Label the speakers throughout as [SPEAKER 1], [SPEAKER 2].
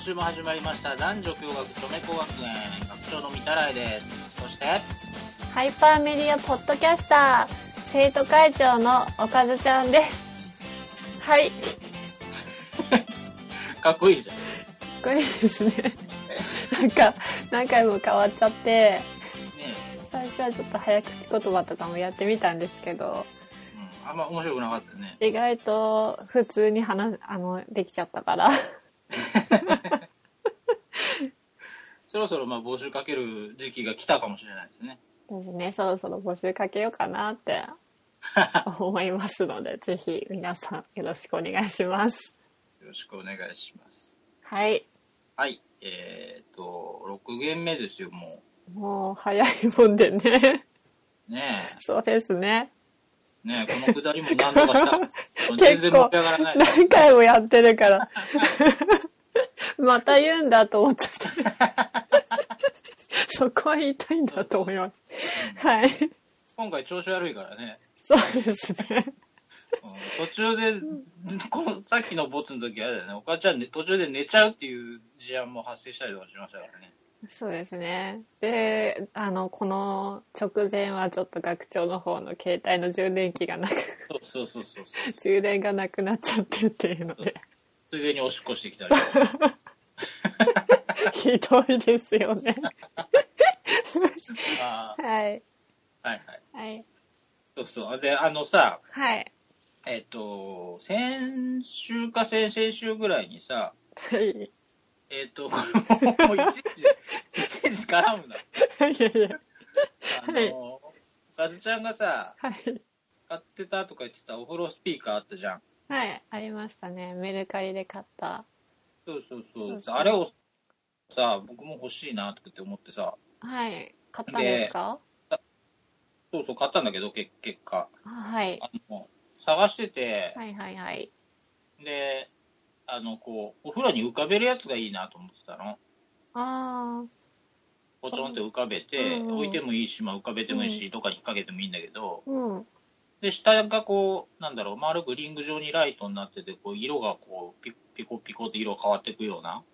[SPEAKER 1] 週も始まりました男女共学著名工学園学長の三田来ですそして
[SPEAKER 2] ハイパーメディアポッドキャスター生徒会長のおかずちゃんですはい
[SPEAKER 1] かっこいいじゃん
[SPEAKER 2] これですね なんか何回も変わっちゃって
[SPEAKER 1] ね
[SPEAKER 2] 最初はちょっと早口言葉とかもやってみたんですけど
[SPEAKER 1] え、うん、あんま面白くなかったね
[SPEAKER 2] 意外と普通に話あのできちゃったから
[SPEAKER 1] そろそろまあ募集かける時期が来たかもしれないですね
[SPEAKER 2] ですねそろそろ募集かけようかなって思いますのでぜひ皆さんよろしくお願いします
[SPEAKER 1] よろしくお願いします
[SPEAKER 2] はい
[SPEAKER 1] はいえー、っと6限目ですよも
[SPEAKER 2] もう早いもんでね
[SPEAKER 1] うね
[SPEAKER 2] そうですね
[SPEAKER 1] えねえこのくだりも何とかした 全
[SPEAKER 2] 結
[SPEAKER 1] 然盛
[SPEAKER 2] 構
[SPEAKER 1] り上がらない
[SPEAKER 2] 何回もやってるからまた言うんだと思っちゃったそこは言いたいんだと思いますはい
[SPEAKER 1] 今回調子悪いからね
[SPEAKER 2] そうですね
[SPEAKER 1] うん途中で、このさっきのボツの時あれだよね、お母ちゃん、ね、途中で寝ちゃうっていう事案も発生したりとかしましたからね。
[SPEAKER 2] そうですねであのこの直前はちょっと学長の方の携帯の充電器がなく
[SPEAKER 1] そうそうそうそうそう。
[SPEAKER 2] 充電がなくなっちゃってっていうので
[SPEAKER 1] ついでにおしっこしてきたり とか。
[SPEAKER 2] ひどいですよね
[SPEAKER 1] あ
[SPEAKER 2] はい
[SPEAKER 1] ーはいはい。
[SPEAKER 2] はい
[SPEAKER 1] そうそう。で、あのさ、
[SPEAKER 2] はい
[SPEAKER 1] えっ、と、先週か先々週ぐらいにさ、
[SPEAKER 2] はい
[SPEAKER 1] えっ、と、これもうい ちいち、いちいち絡むな。
[SPEAKER 2] いやいや
[SPEAKER 1] あの、
[SPEAKER 2] はい
[SPEAKER 1] ガズちゃんがさ、
[SPEAKER 2] はい
[SPEAKER 1] 買ってたとか言ってたお風呂スピーカーあったじゃん。
[SPEAKER 2] はいありましたねメルカリで買った
[SPEAKER 1] そうそうそう。
[SPEAKER 2] そうそう
[SPEAKER 1] あれをさ、僕も欲しいなとかって思ってさ、
[SPEAKER 2] はい買ったんですか
[SPEAKER 1] そうそう、買ったんだけど、結結果。
[SPEAKER 2] あはい
[SPEAKER 1] あの探してて、
[SPEAKER 2] はいはいはい
[SPEAKER 1] で、あの、こう、お風呂に浮かべるやつがいいなと思ってたの。
[SPEAKER 2] あ
[SPEAKER 1] ポチョンって浮かべて、
[SPEAKER 2] うんうん
[SPEAKER 1] 置いてもいいし、まあ、浮かべてもいいし、
[SPEAKER 2] う
[SPEAKER 1] どっかに引っ掛けてもいいんだけど、
[SPEAKER 2] ーうん
[SPEAKER 1] で、下がこう、なんだろう、丸くリング状にライトになってて、こう、色がこう、ピピコピコって色変わっていくような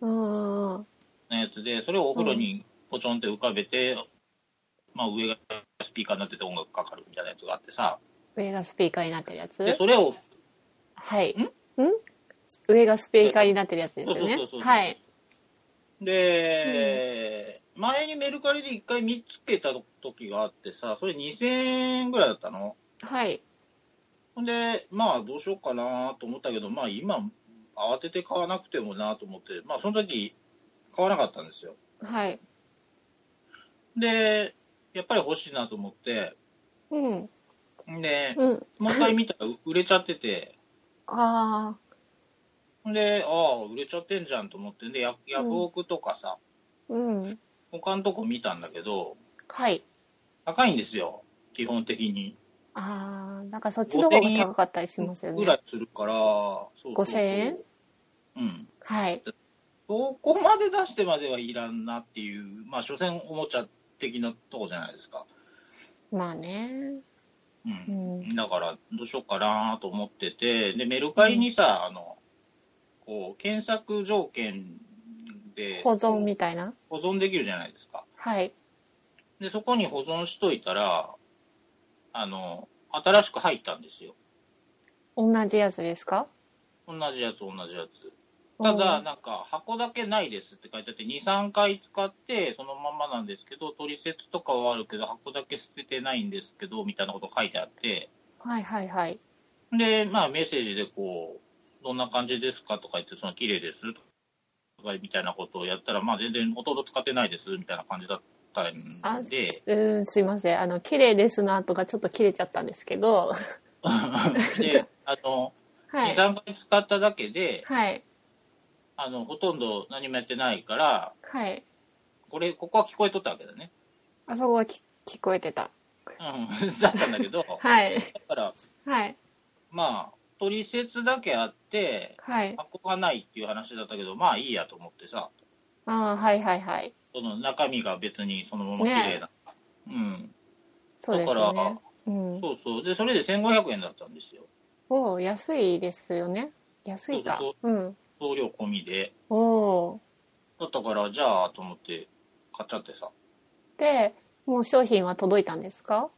[SPEAKER 2] うんうん
[SPEAKER 1] やつで、それをお風呂にポチョンって浮かべて、まあ、上がスピーカーになってて音楽かかるみたいなやつがあってさ、
[SPEAKER 2] 上がスピーカーになってるやつ
[SPEAKER 1] で、それを
[SPEAKER 2] はい
[SPEAKER 1] ん
[SPEAKER 2] ん上がスピーカーになってるやつですよね
[SPEAKER 1] そうそうそうそう
[SPEAKER 2] はい
[SPEAKER 1] で、前にメルカリで1回見つけた時があってさ、それ2000円ぐらいだったの。
[SPEAKER 2] はい
[SPEAKER 1] ほんで、まあどうしようかなと思ったけど、まあ今、慌てて買わなくてもなと思って、まあその時、買わなかったんですよ。
[SPEAKER 2] はい
[SPEAKER 1] で、やっぱり欲しいなと思って、
[SPEAKER 2] うん
[SPEAKER 1] で、
[SPEAKER 2] うん
[SPEAKER 1] もう一回見たら う売れちゃってて、
[SPEAKER 2] あ
[SPEAKER 1] ほんで、ああ、売れちゃってんじゃんと思って、で、ヤヤフオクとかさ、
[SPEAKER 2] あうん
[SPEAKER 1] 他のとこ見たんだけど、
[SPEAKER 2] はい
[SPEAKER 1] 高いんですよ、基本的に。
[SPEAKER 2] ああなんかそっちの方が高かったりしますよ
[SPEAKER 1] ぐ
[SPEAKER 2] ね
[SPEAKER 1] らいするから、そうそうそう
[SPEAKER 2] 5000円
[SPEAKER 1] うん。
[SPEAKER 2] はい
[SPEAKER 1] そこまで出してまではいらんなっていう、まあ、所詮おもちゃ的なとこじゃないですか。
[SPEAKER 2] まあね
[SPEAKER 1] う。
[SPEAKER 2] うんん
[SPEAKER 1] だから、どうしようかなと思ってて、で、メルカリにさ、あの、こう、検索条件で
[SPEAKER 2] 保存みたいな
[SPEAKER 1] 保存できるじゃないですか。
[SPEAKER 2] はい
[SPEAKER 1] で、そこに保存しといたら、あの、新しく入ったんですよ。
[SPEAKER 2] 同じやつですか
[SPEAKER 1] 同じやつ、同じやつ。ただ、
[SPEAKER 2] うん
[SPEAKER 1] なんか、箱だけないですって書いてあって、2、3回使って、そのまんまなんですけど、取説とかはあるけど、箱だけ捨ててないんですけど、みたいなこと書いてあって、
[SPEAKER 2] はいはいはい
[SPEAKER 1] で、まあ、メッセージでこう、どんな感じですかとか言って、その、綺麗ですとか、みたいなことをやったら、まあ、全然ほとんど使ってないです、みたいな感じだった
[SPEAKER 2] あ
[SPEAKER 1] んで、
[SPEAKER 2] うんすいませんあの綺麗ですの後がちょっと切れちゃったんです けど
[SPEAKER 1] で、あの、
[SPEAKER 2] は
[SPEAKER 1] 2、
[SPEAKER 2] い
[SPEAKER 1] 3回使っただけで、
[SPEAKER 2] はい
[SPEAKER 1] あの、ほとんど何もやってないから、
[SPEAKER 2] はい
[SPEAKER 1] これ、ここは聞こえとったわけだね。
[SPEAKER 2] あそこはき聞こえてた
[SPEAKER 1] うん、 だったんだけど、
[SPEAKER 2] はい
[SPEAKER 1] だから、
[SPEAKER 2] はい
[SPEAKER 1] まあ、取説だけあって、
[SPEAKER 2] はい
[SPEAKER 1] 箱がないっていう話だったけど、まあいいやと思ってさ、
[SPEAKER 2] ああはいはいはい
[SPEAKER 1] その中身が別にそのまま綺麗な。うん。
[SPEAKER 2] そうですよねうん
[SPEAKER 1] そうそう。で、それで1500円だったんですよ。
[SPEAKER 2] おー安いですよね安いか
[SPEAKER 1] そう
[SPEAKER 2] うん
[SPEAKER 1] 送料込みで、
[SPEAKER 2] おー
[SPEAKER 1] だったから、じゃあ、と思って買っちゃってさ。
[SPEAKER 2] で、もう商品は届いたんですか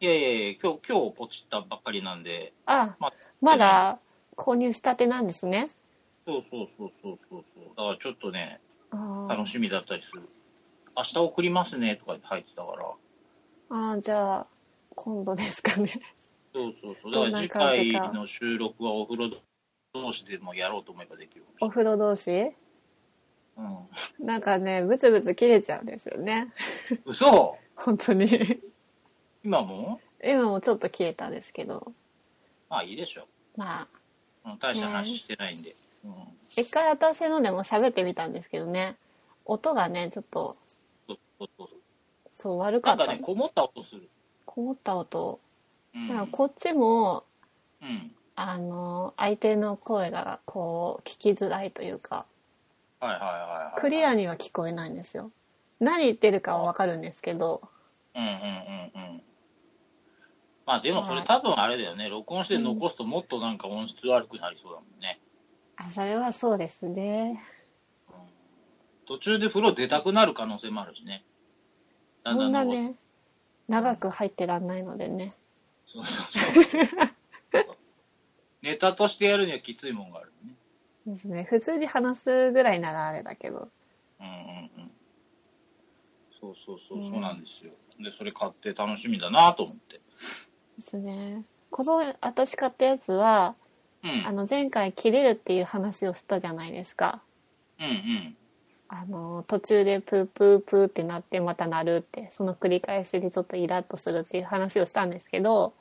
[SPEAKER 1] いやいやいや、今日、今日ポチったばっかりなんで、
[SPEAKER 2] あ
[SPEAKER 1] ま、
[SPEAKER 2] まだ購入したてなんですね。
[SPEAKER 1] そうそうそうそうそうそう。だからちょっとね、
[SPEAKER 2] あ
[SPEAKER 1] 楽しみだったりする。明日送りますねとか入ってたから。
[SPEAKER 2] あー、じゃあ、今度ですかね。
[SPEAKER 1] そうそうそう。だか
[SPEAKER 2] どん
[SPEAKER 1] ら
[SPEAKER 2] な
[SPEAKER 1] 次
[SPEAKER 2] 感じ
[SPEAKER 1] 回
[SPEAKER 2] か
[SPEAKER 1] の収録はお風呂同士でもやろうと思えばできるか
[SPEAKER 2] お
[SPEAKER 1] もし
[SPEAKER 2] 風呂同士
[SPEAKER 1] れない。
[SPEAKER 2] なんかね、ブツブツ切れちゃうんですよね。
[SPEAKER 1] うん。嘘
[SPEAKER 2] 本当に。
[SPEAKER 1] 今も
[SPEAKER 2] 今もちょっと切れたんですけど。
[SPEAKER 1] まあいいでしょ
[SPEAKER 2] まあ、
[SPEAKER 1] う。うん大した話してないんで。うん。
[SPEAKER 2] 一回私のでも喋ってみたんですけどね。音がね、ちょっと、
[SPEAKER 1] そうそうそうそう。
[SPEAKER 2] そう悪
[SPEAKER 1] な
[SPEAKER 2] かっ
[SPEAKER 1] んか
[SPEAKER 2] た
[SPEAKER 1] ね、。こもった音する。
[SPEAKER 2] こもった音。
[SPEAKER 1] うん。
[SPEAKER 2] なんかこっちも、
[SPEAKER 1] うん。
[SPEAKER 2] あの、相手の声がこう、聞きづらいというか、
[SPEAKER 1] はいはいはいはい。
[SPEAKER 2] クリアには聞こえないんですよ。何言ってるかはわかるんですけど、
[SPEAKER 1] うんうんうんうん。まあでもそれ
[SPEAKER 2] はい
[SPEAKER 1] 多分あれだよね、録音して残すともっとなんか音質悪くなりそうだもんね。
[SPEAKER 2] あ、それはそうですね。
[SPEAKER 1] 途中で風呂出たくなる可能性もあるしね。だん
[SPEAKER 2] こ
[SPEAKER 1] だ
[SPEAKER 2] ん
[SPEAKER 1] ん
[SPEAKER 2] な
[SPEAKER 1] 残す。
[SPEAKER 2] ね、長く入ってらんないのでね。
[SPEAKER 1] そうそうそうネタとしてやるにはきついもんがあるね。
[SPEAKER 2] ですね。普通に話すぐらいならあれだけど。
[SPEAKER 1] うんうんうん。そうそうそう、
[SPEAKER 2] ね
[SPEAKER 1] そうなんですよ。で、それ買って楽しみだなと思って。
[SPEAKER 2] ですね。この私買ったやつは、
[SPEAKER 1] うん。
[SPEAKER 2] あの前回切れるっていう話をしたじゃないですか。
[SPEAKER 1] うんうん。
[SPEAKER 2] あの途中でプープープーってなってまた鳴るってその繰り返しでちょっとイラッとするっていう話をしたんですけど、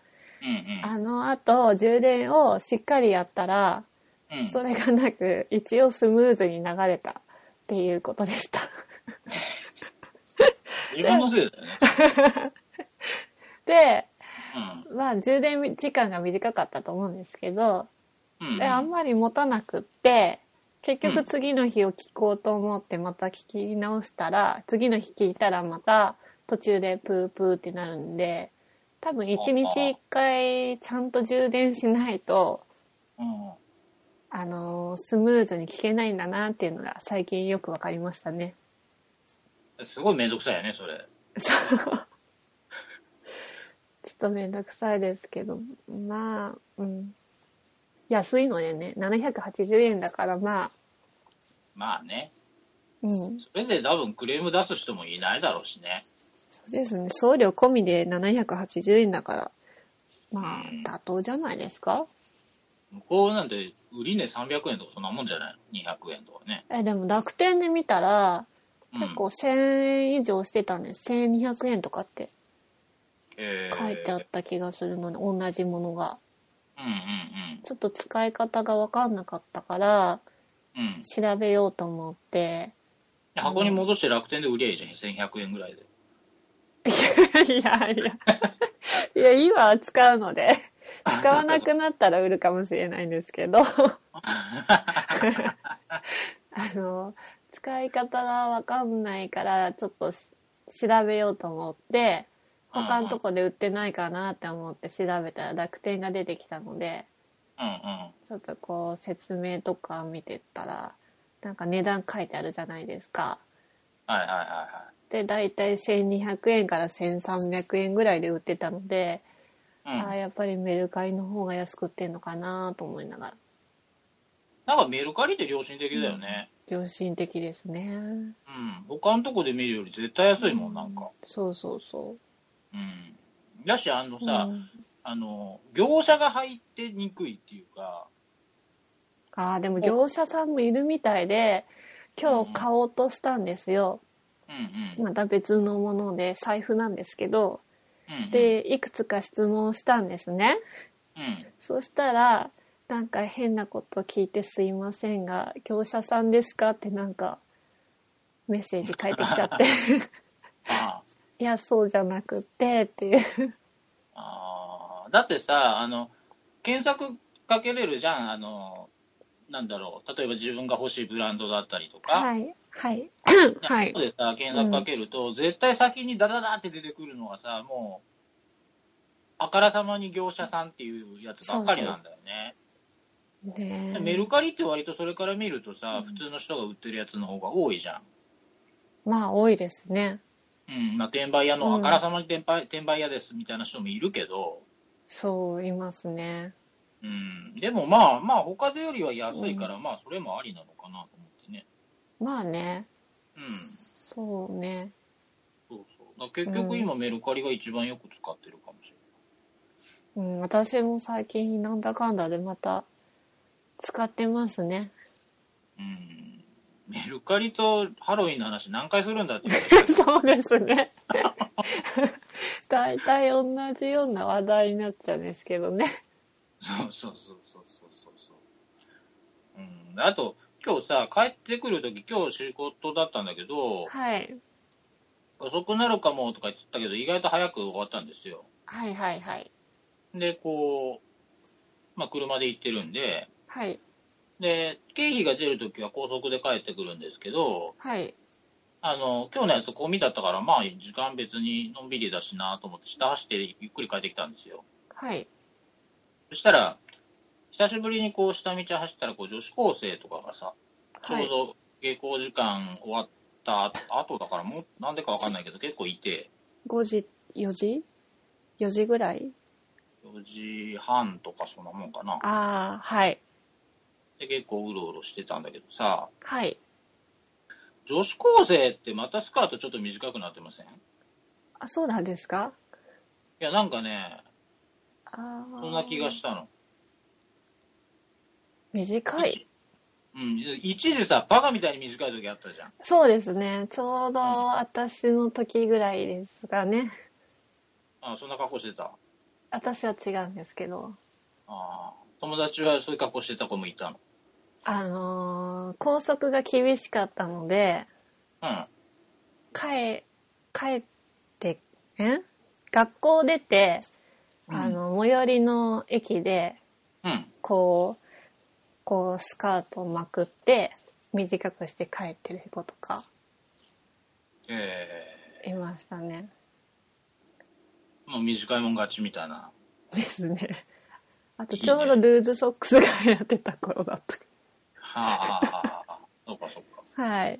[SPEAKER 1] うん
[SPEAKER 2] あのあと充電をしっかりやったら、
[SPEAKER 1] うん。うん、
[SPEAKER 2] それがなく一応スムーズに流れたっていうことでした。
[SPEAKER 1] 自分のせいだよね。
[SPEAKER 2] で、まあ充電時間が短かったと思うんですけど、
[SPEAKER 1] うん。うん、うん。
[SPEAKER 2] であんまり持たなくって結局次の日を聞こうと思ってまた聞き直したら、次の日聞いたらまた途中でプープーってなるんで多分1日1回ちゃんと充電しないと、
[SPEAKER 1] うんうん
[SPEAKER 2] あのースムーズに聞けないんだなっていうのが最近よく分かりましたね。
[SPEAKER 1] すごいめんどくさいよね、それ。
[SPEAKER 2] そうちょっとめんどくさいですけどまあうん安いのでね780円だからまあ
[SPEAKER 1] まあね。
[SPEAKER 2] うん
[SPEAKER 1] それで多分クレーム出す人もいないだろうしね。
[SPEAKER 2] そうですね送料込みで780円だからまあ
[SPEAKER 1] うん
[SPEAKER 2] 妥当じゃないですか
[SPEAKER 1] 向こうなんて、売り値300円とかそんなもんじゃないの ?200 円とかね。
[SPEAKER 2] えでも楽天で見たら
[SPEAKER 1] うん
[SPEAKER 2] 結構1000円以上してたんです1200円とかって
[SPEAKER 1] えー
[SPEAKER 2] 書いてあった気がするので、同じものが
[SPEAKER 1] うんう
[SPEAKER 2] ちょっと使い方が分かんなかったから
[SPEAKER 1] んうんうん。
[SPEAKER 2] 調べようと思って
[SPEAKER 1] で箱に戻して楽天で売りゃいいじゃん、1100円ぐらいで。
[SPEAKER 2] いやいやいや今は使うので使わなくなったら売るかもしれないんですけどあの使い方が分かんないからちょっとし調べようと思って他のとこで売ってないかなって思って調べたら楽天が出てきたので
[SPEAKER 1] うんうん。
[SPEAKER 2] ちょっとこう説明とか見てったらなんか値段書いてあるじゃないですか。
[SPEAKER 1] はいはいはいは
[SPEAKER 2] で大体1200円から1300円ぐらいで売ってたので、
[SPEAKER 1] い。うん
[SPEAKER 2] ああやっぱりメルカリの方が安く売ってんのかなと思いながら
[SPEAKER 1] なんかメルカリって良心的だよね。
[SPEAKER 2] 良心的ですね
[SPEAKER 1] うん。他のとこで見るより絶対安いもん、なんか。
[SPEAKER 2] そうそうそ
[SPEAKER 1] うん。だし、あの
[SPEAKER 2] う
[SPEAKER 1] さ、
[SPEAKER 2] うん
[SPEAKER 1] あの、業者が入ってにくいっていうか、
[SPEAKER 2] ああでも業者さんもいるみたいで今日買おうとしたんですよ
[SPEAKER 1] うんうん。
[SPEAKER 2] また別のもので財布なんですけど
[SPEAKER 1] うんうん、
[SPEAKER 2] でいくつか質問したんですね
[SPEAKER 1] うん。
[SPEAKER 2] そしたらなんか変なこと聞いてすいませんが業者さんですかってなんかメッセージ返ってきちゃって
[SPEAKER 1] ああ
[SPEAKER 2] いやそうじゃなくってっていう
[SPEAKER 1] ああだってさあの検索かけれるじゃんあのなんだろう例えば自分が欲しいブランドだったりとか、
[SPEAKER 2] はいはいはい
[SPEAKER 1] そうでさ検索かけると、絶対先にダダダって出てくるのがさもうあからさまに業者さんっていうやつばっかりなんだよね
[SPEAKER 2] ねえ
[SPEAKER 1] メルカリって割とそれから見るとさ、普通の人が売ってるやつの方が多いじゃん。
[SPEAKER 2] まあ多いですね。
[SPEAKER 1] うん、まあ、転売屋
[SPEAKER 2] う
[SPEAKER 1] の、あ
[SPEAKER 2] ん
[SPEAKER 1] からさまに転売転売屋ですみたいな人もいるけど、
[SPEAKER 2] そう、いますね。
[SPEAKER 1] うん、でもまあまあ他でよりは安いから、まあそれもありなのかなと思ってね。
[SPEAKER 2] まあね、
[SPEAKER 1] うん、
[SPEAKER 2] そうね。
[SPEAKER 1] そうそう。だから結局今メルカリが一番よく使ってるかもしれない。
[SPEAKER 2] うん、私も最近なんだかんだでまた使ってますね。
[SPEAKER 1] うんメルカリとハロウィンの話何回するんだ って言う
[SPEAKER 2] そうですね。大体同じような話題になっちゃうんですけどね。
[SPEAKER 1] そうそうそうそうそうそうそう、うん、あと今日さ帰ってくる時今日仕事だったんだけど
[SPEAKER 2] はい。
[SPEAKER 1] 遅くなるかもとか言ってたけど意外と早く終わったんですよ
[SPEAKER 2] はいはいはい。
[SPEAKER 1] でこう、まあ、車で行ってるんで
[SPEAKER 2] はい。
[SPEAKER 1] で経費が出る時は高速で帰ってくるんですけど
[SPEAKER 2] はい。
[SPEAKER 1] あの今日のやつ込みだったからまあ時間別にのんびりだしなと思って下走ってゆっくり帰ってきたんですよ
[SPEAKER 2] はい。
[SPEAKER 1] そしたら、久しぶりにこう下道走ったらこう女子高生とかがさ、ちょ
[SPEAKER 2] は
[SPEAKER 1] う
[SPEAKER 2] い。
[SPEAKER 1] ど下校時間終わった後だから、もうなんでかわかんないけど、結構いて、
[SPEAKER 2] 5時、4時 ?4 時ぐらい
[SPEAKER 1] 4時半とかそんなもんかな。
[SPEAKER 2] ああ、はい。
[SPEAKER 1] で、結構うろうろしてたんだけどさ、
[SPEAKER 2] はい。
[SPEAKER 1] 女子高生ってまたスカートちょっと短くなってませんい
[SPEAKER 2] あ、そうなんですか
[SPEAKER 1] や、なんかね、
[SPEAKER 2] ああ。
[SPEAKER 1] そんな気がしたの。
[SPEAKER 2] 短い。
[SPEAKER 1] うん、一時さ、バカみたいに短い時あったじゃん。
[SPEAKER 2] そうですね。ちょうど
[SPEAKER 1] うん
[SPEAKER 2] 私の時ぐらいですがね。
[SPEAKER 1] あそんな格好してた。
[SPEAKER 2] 私は違うんですけど。
[SPEAKER 1] あー友達はそういう格好してた子もいたの。
[SPEAKER 2] あのー校則が厳しかったので、
[SPEAKER 1] うん。
[SPEAKER 2] 帰、帰って、え学校出て、あの、最寄りの駅で、
[SPEAKER 1] うん。
[SPEAKER 2] こう、こう、スカートをまくって、短くして帰ってる子とか、
[SPEAKER 1] えー
[SPEAKER 2] いましたね。
[SPEAKER 1] もう短いもん勝ちみたいな。
[SPEAKER 2] ですね。 あと、ちょうどルーズソックスが流行ってた頃だった。
[SPEAKER 1] はあ、はあはあ、そうかそうか。
[SPEAKER 2] はい。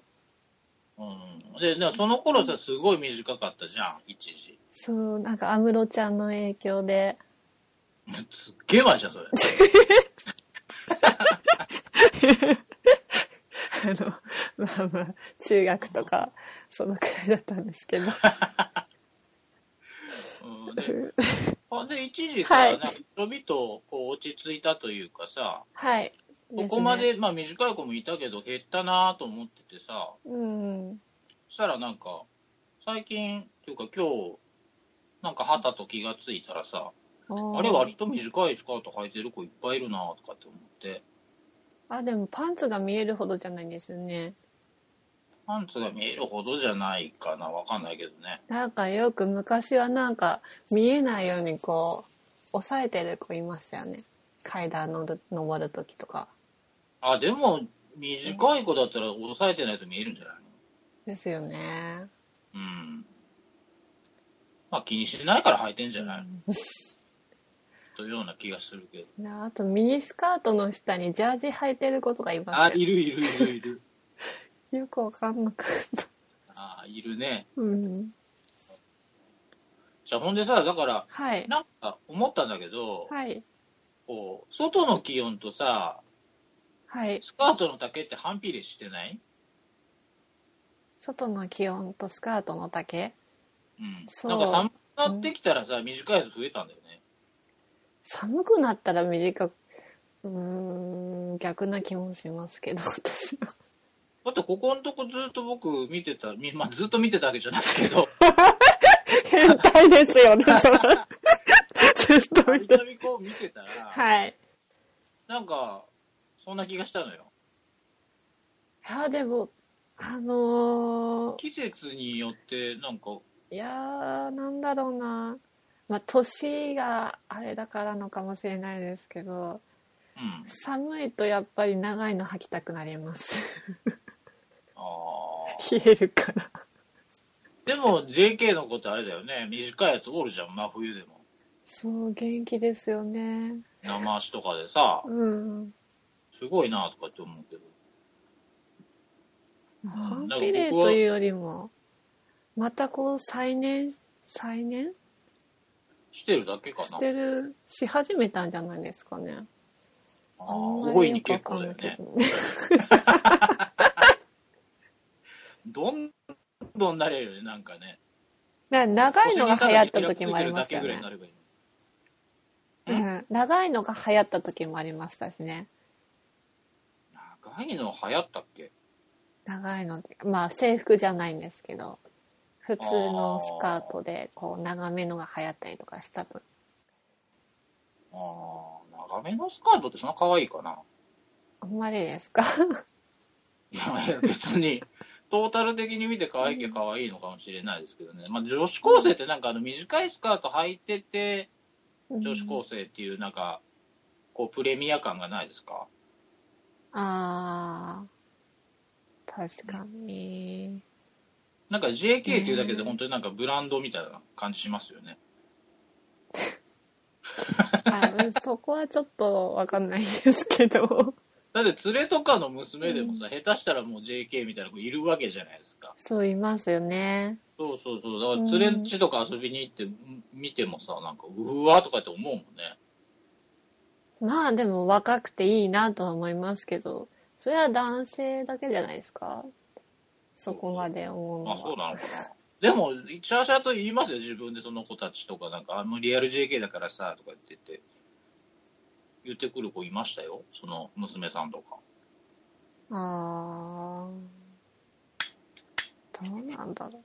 [SPEAKER 1] うん。で、でもその頃さ、すごい短かったじゃん、一時。
[SPEAKER 2] そう、なんか、安室ちゃんの影響で。
[SPEAKER 1] すっげえ前じゃん、それ。
[SPEAKER 2] あの、まあまあ、中学とか、そのくらいだったんですけど。
[SPEAKER 1] うん、であで、一時さ、
[SPEAKER 2] はい
[SPEAKER 1] なんか人々、こう、落ち着いたというかさ、
[SPEAKER 2] はい。
[SPEAKER 1] ここます
[SPEAKER 2] ね。
[SPEAKER 1] で、まあ短い子もいたけど、減ったなと思っててさ、
[SPEAKER 2] うん。
[SPEAKER 1] そしたらなんか、最近、というか今日、なんか旗と気がついたらさ、あれ割と短いスカート履いてる子いっぱいいるなとかって思って、
[SPEAKER 2] あ、でもパンツが見えるほどじゃないんですよね。
[SPEAKER 1] パンツが見えるほどじゃないかな、わかんないけどね。
[SPEAKER 2] なんかよく昔はなんか見えないようにこう、押さえてる子いましたよね。階段のる登る時とか。
[SPEAKER 1] あ、でも、短い子だったら押さえてないと見えるんじゃない
[SPEAKER 2] ですよね。
[SPEAKER 1] のうん。まあ気にしないから履いてんじゃないのというような気がするけど。
[SPEAKER 2] であとミニスカートの下にジャージ履いてる子とかいま
[SPEAKER 1] あ、
[SPEAKER 2] すよ
[SPEAKER 1] いるいるいるいる。
[SPEAKER 2] よくわかんなかった。
[SPEAKER 1] あ、いるね。
[SPEAKER 2] うん。
[SPEAKER 1] じゃあほんでさ、だから、
[SPEAKER 2] はい。
[SPEAKER 1] なんか思ったんだけど、
[SPEAKER 2] はい。
[SPEAKER 1] こう、外の気温とさ、
[SPEAKER 2] はい。
[SPEAKER 1] スカートの丈って反比例してない
[SPEAKER 2] 外の気温とスカートの丈
[SPEAKER 1] うん。
[SPEAKER 2] そう
[SPEAKER 1] なんか寒くなってきたらさ、短いやつ増えたんだよね。
[SPEAKER 2] 寒くなったら短く、うーん、逆な気もしますけど、私は。
[SPEAKER 1] だってここのとこずっと僕見てた、み まあ、ずっと見てたわけじゃないけ ど、
[SPEAKER 2] 変態ですよね、それ。ずっと
[SPEAKER 1] ア
[SPEAKER 2] 見
[SPEAKER 1] リ
[SPEAKER 2] て
[SPEAKER 1] ナミコを見てたら、
[SPEAKER 2] はい。
[SPEAKER 1] なんか、そんな気がしたのよ。
[SPEAKER 2] いや、でも、あの
[SPEAKER 1] 季節によって、なんか、
[SPEAKER 2] ー、いやー、なんだろうな。まあ、年があれだからのかもしれないですけど、
[SPEAKER 1] うん。
[SPEAKER 2] 寒いとやっぱり長いの履きたくなります。
[SPEAKER 1] あー
[SPEAKER 2] 冷えるから。
[SPEAKER 1] でも、JK の子ってあれだよね。短いやつおるじゃん、真冬でも。
[SPEAKER 2] そう、元気ですよね。
[SPEAKER 1] 生足とかでさ、
[SPEAKER 2] うん。
[SPEAKER 1] すごいなとかって思うけど。
[SPEAKER 2] 反比例というよりも、またこう再燃、再燃
[SPEAKER 1] してるだけか
[SPEAKER 2] し
[SPEAKER 1] な。
[SPEAKER 2] てる、し始めたんじゃないですかね。
[SPEAKER 1] ああ、
[SPEAKER 2] あんまり
[SPEAKER 1] 大いに結構だよ
[SPEAKER 2] よくわ
[SPEAKER 1] ね
[SPEAKER 2] か。んないけど。
[SPEAKER 1] どんどんなれるよね、なんかね。
[SPEAKER 2] な長いのが流行った時もありま
[SPEAKER 1] だ
[SPEAKER 2] した
[SPEAKER 1] け
[SPEAKER 2] よ
[SPEAKER 1] ぐらい
[SPEAKER 2] ね
[SPEAKER 1] にな。ればいいの
[SPEAKER 2] う
[SPEAKER 1] けぐらいに
[SPEAKER 2] ん、長いのが流行った時もありましたしね。
[SPEAKER 1] 長いの流行ったっけ
[SPEAKER 2] 長いので、まあ制服じゃないんですけど、普通のスカートでこう長めのが流行ったりとかしたと。
[SPEAKER 1] ああ、長めのスカートってそんな可愛いかな。
[SPEAKER 2] あんまりですか
[SPEAKER 1] いやいや 別に、トータル的に見て可愛いけ可愛いのかもしれないですけどね。まあ女子高生ってなんかあの短いスカート履いてて、女子高生っていうなんか、こうプレミア感がないですか
[SPEAKER 2] ああ、確かに。
[SPEAKER 1] なんか JK っていうだけで本当になんかブランドみたいな感じしますよね。
[SPEAKER 2] あうんそこはちょっとわかんないですけど。
[SPEAKER 1] だって連れとかの娘でもさ、下手したらもう JK みたいな子いるわけじゃないですか。
[SPEAKER 2] そういますよね。
[SPEAKER 1] そうそうそう。だから連れんちとか遊びに行ってうん見てもさ、なんかうわーとかって思うもんね。
[SPEAKER 2] まあでも若くていいなとは思いますけど、それは男性だけじゃないですかそこまで思うの
[SPEAKER 1] ま
[SPEAKER 2] は。
[SPEAKER 1] あそうなのかな。でも、シャーシャーと言いますよ、自分でその子たちとか、なんか、あもうリアル JK だからさ、とか言ってて、言ってくる子いましたよ、その娘さんとか。
[SPEAKER 2] あーどうなんだろ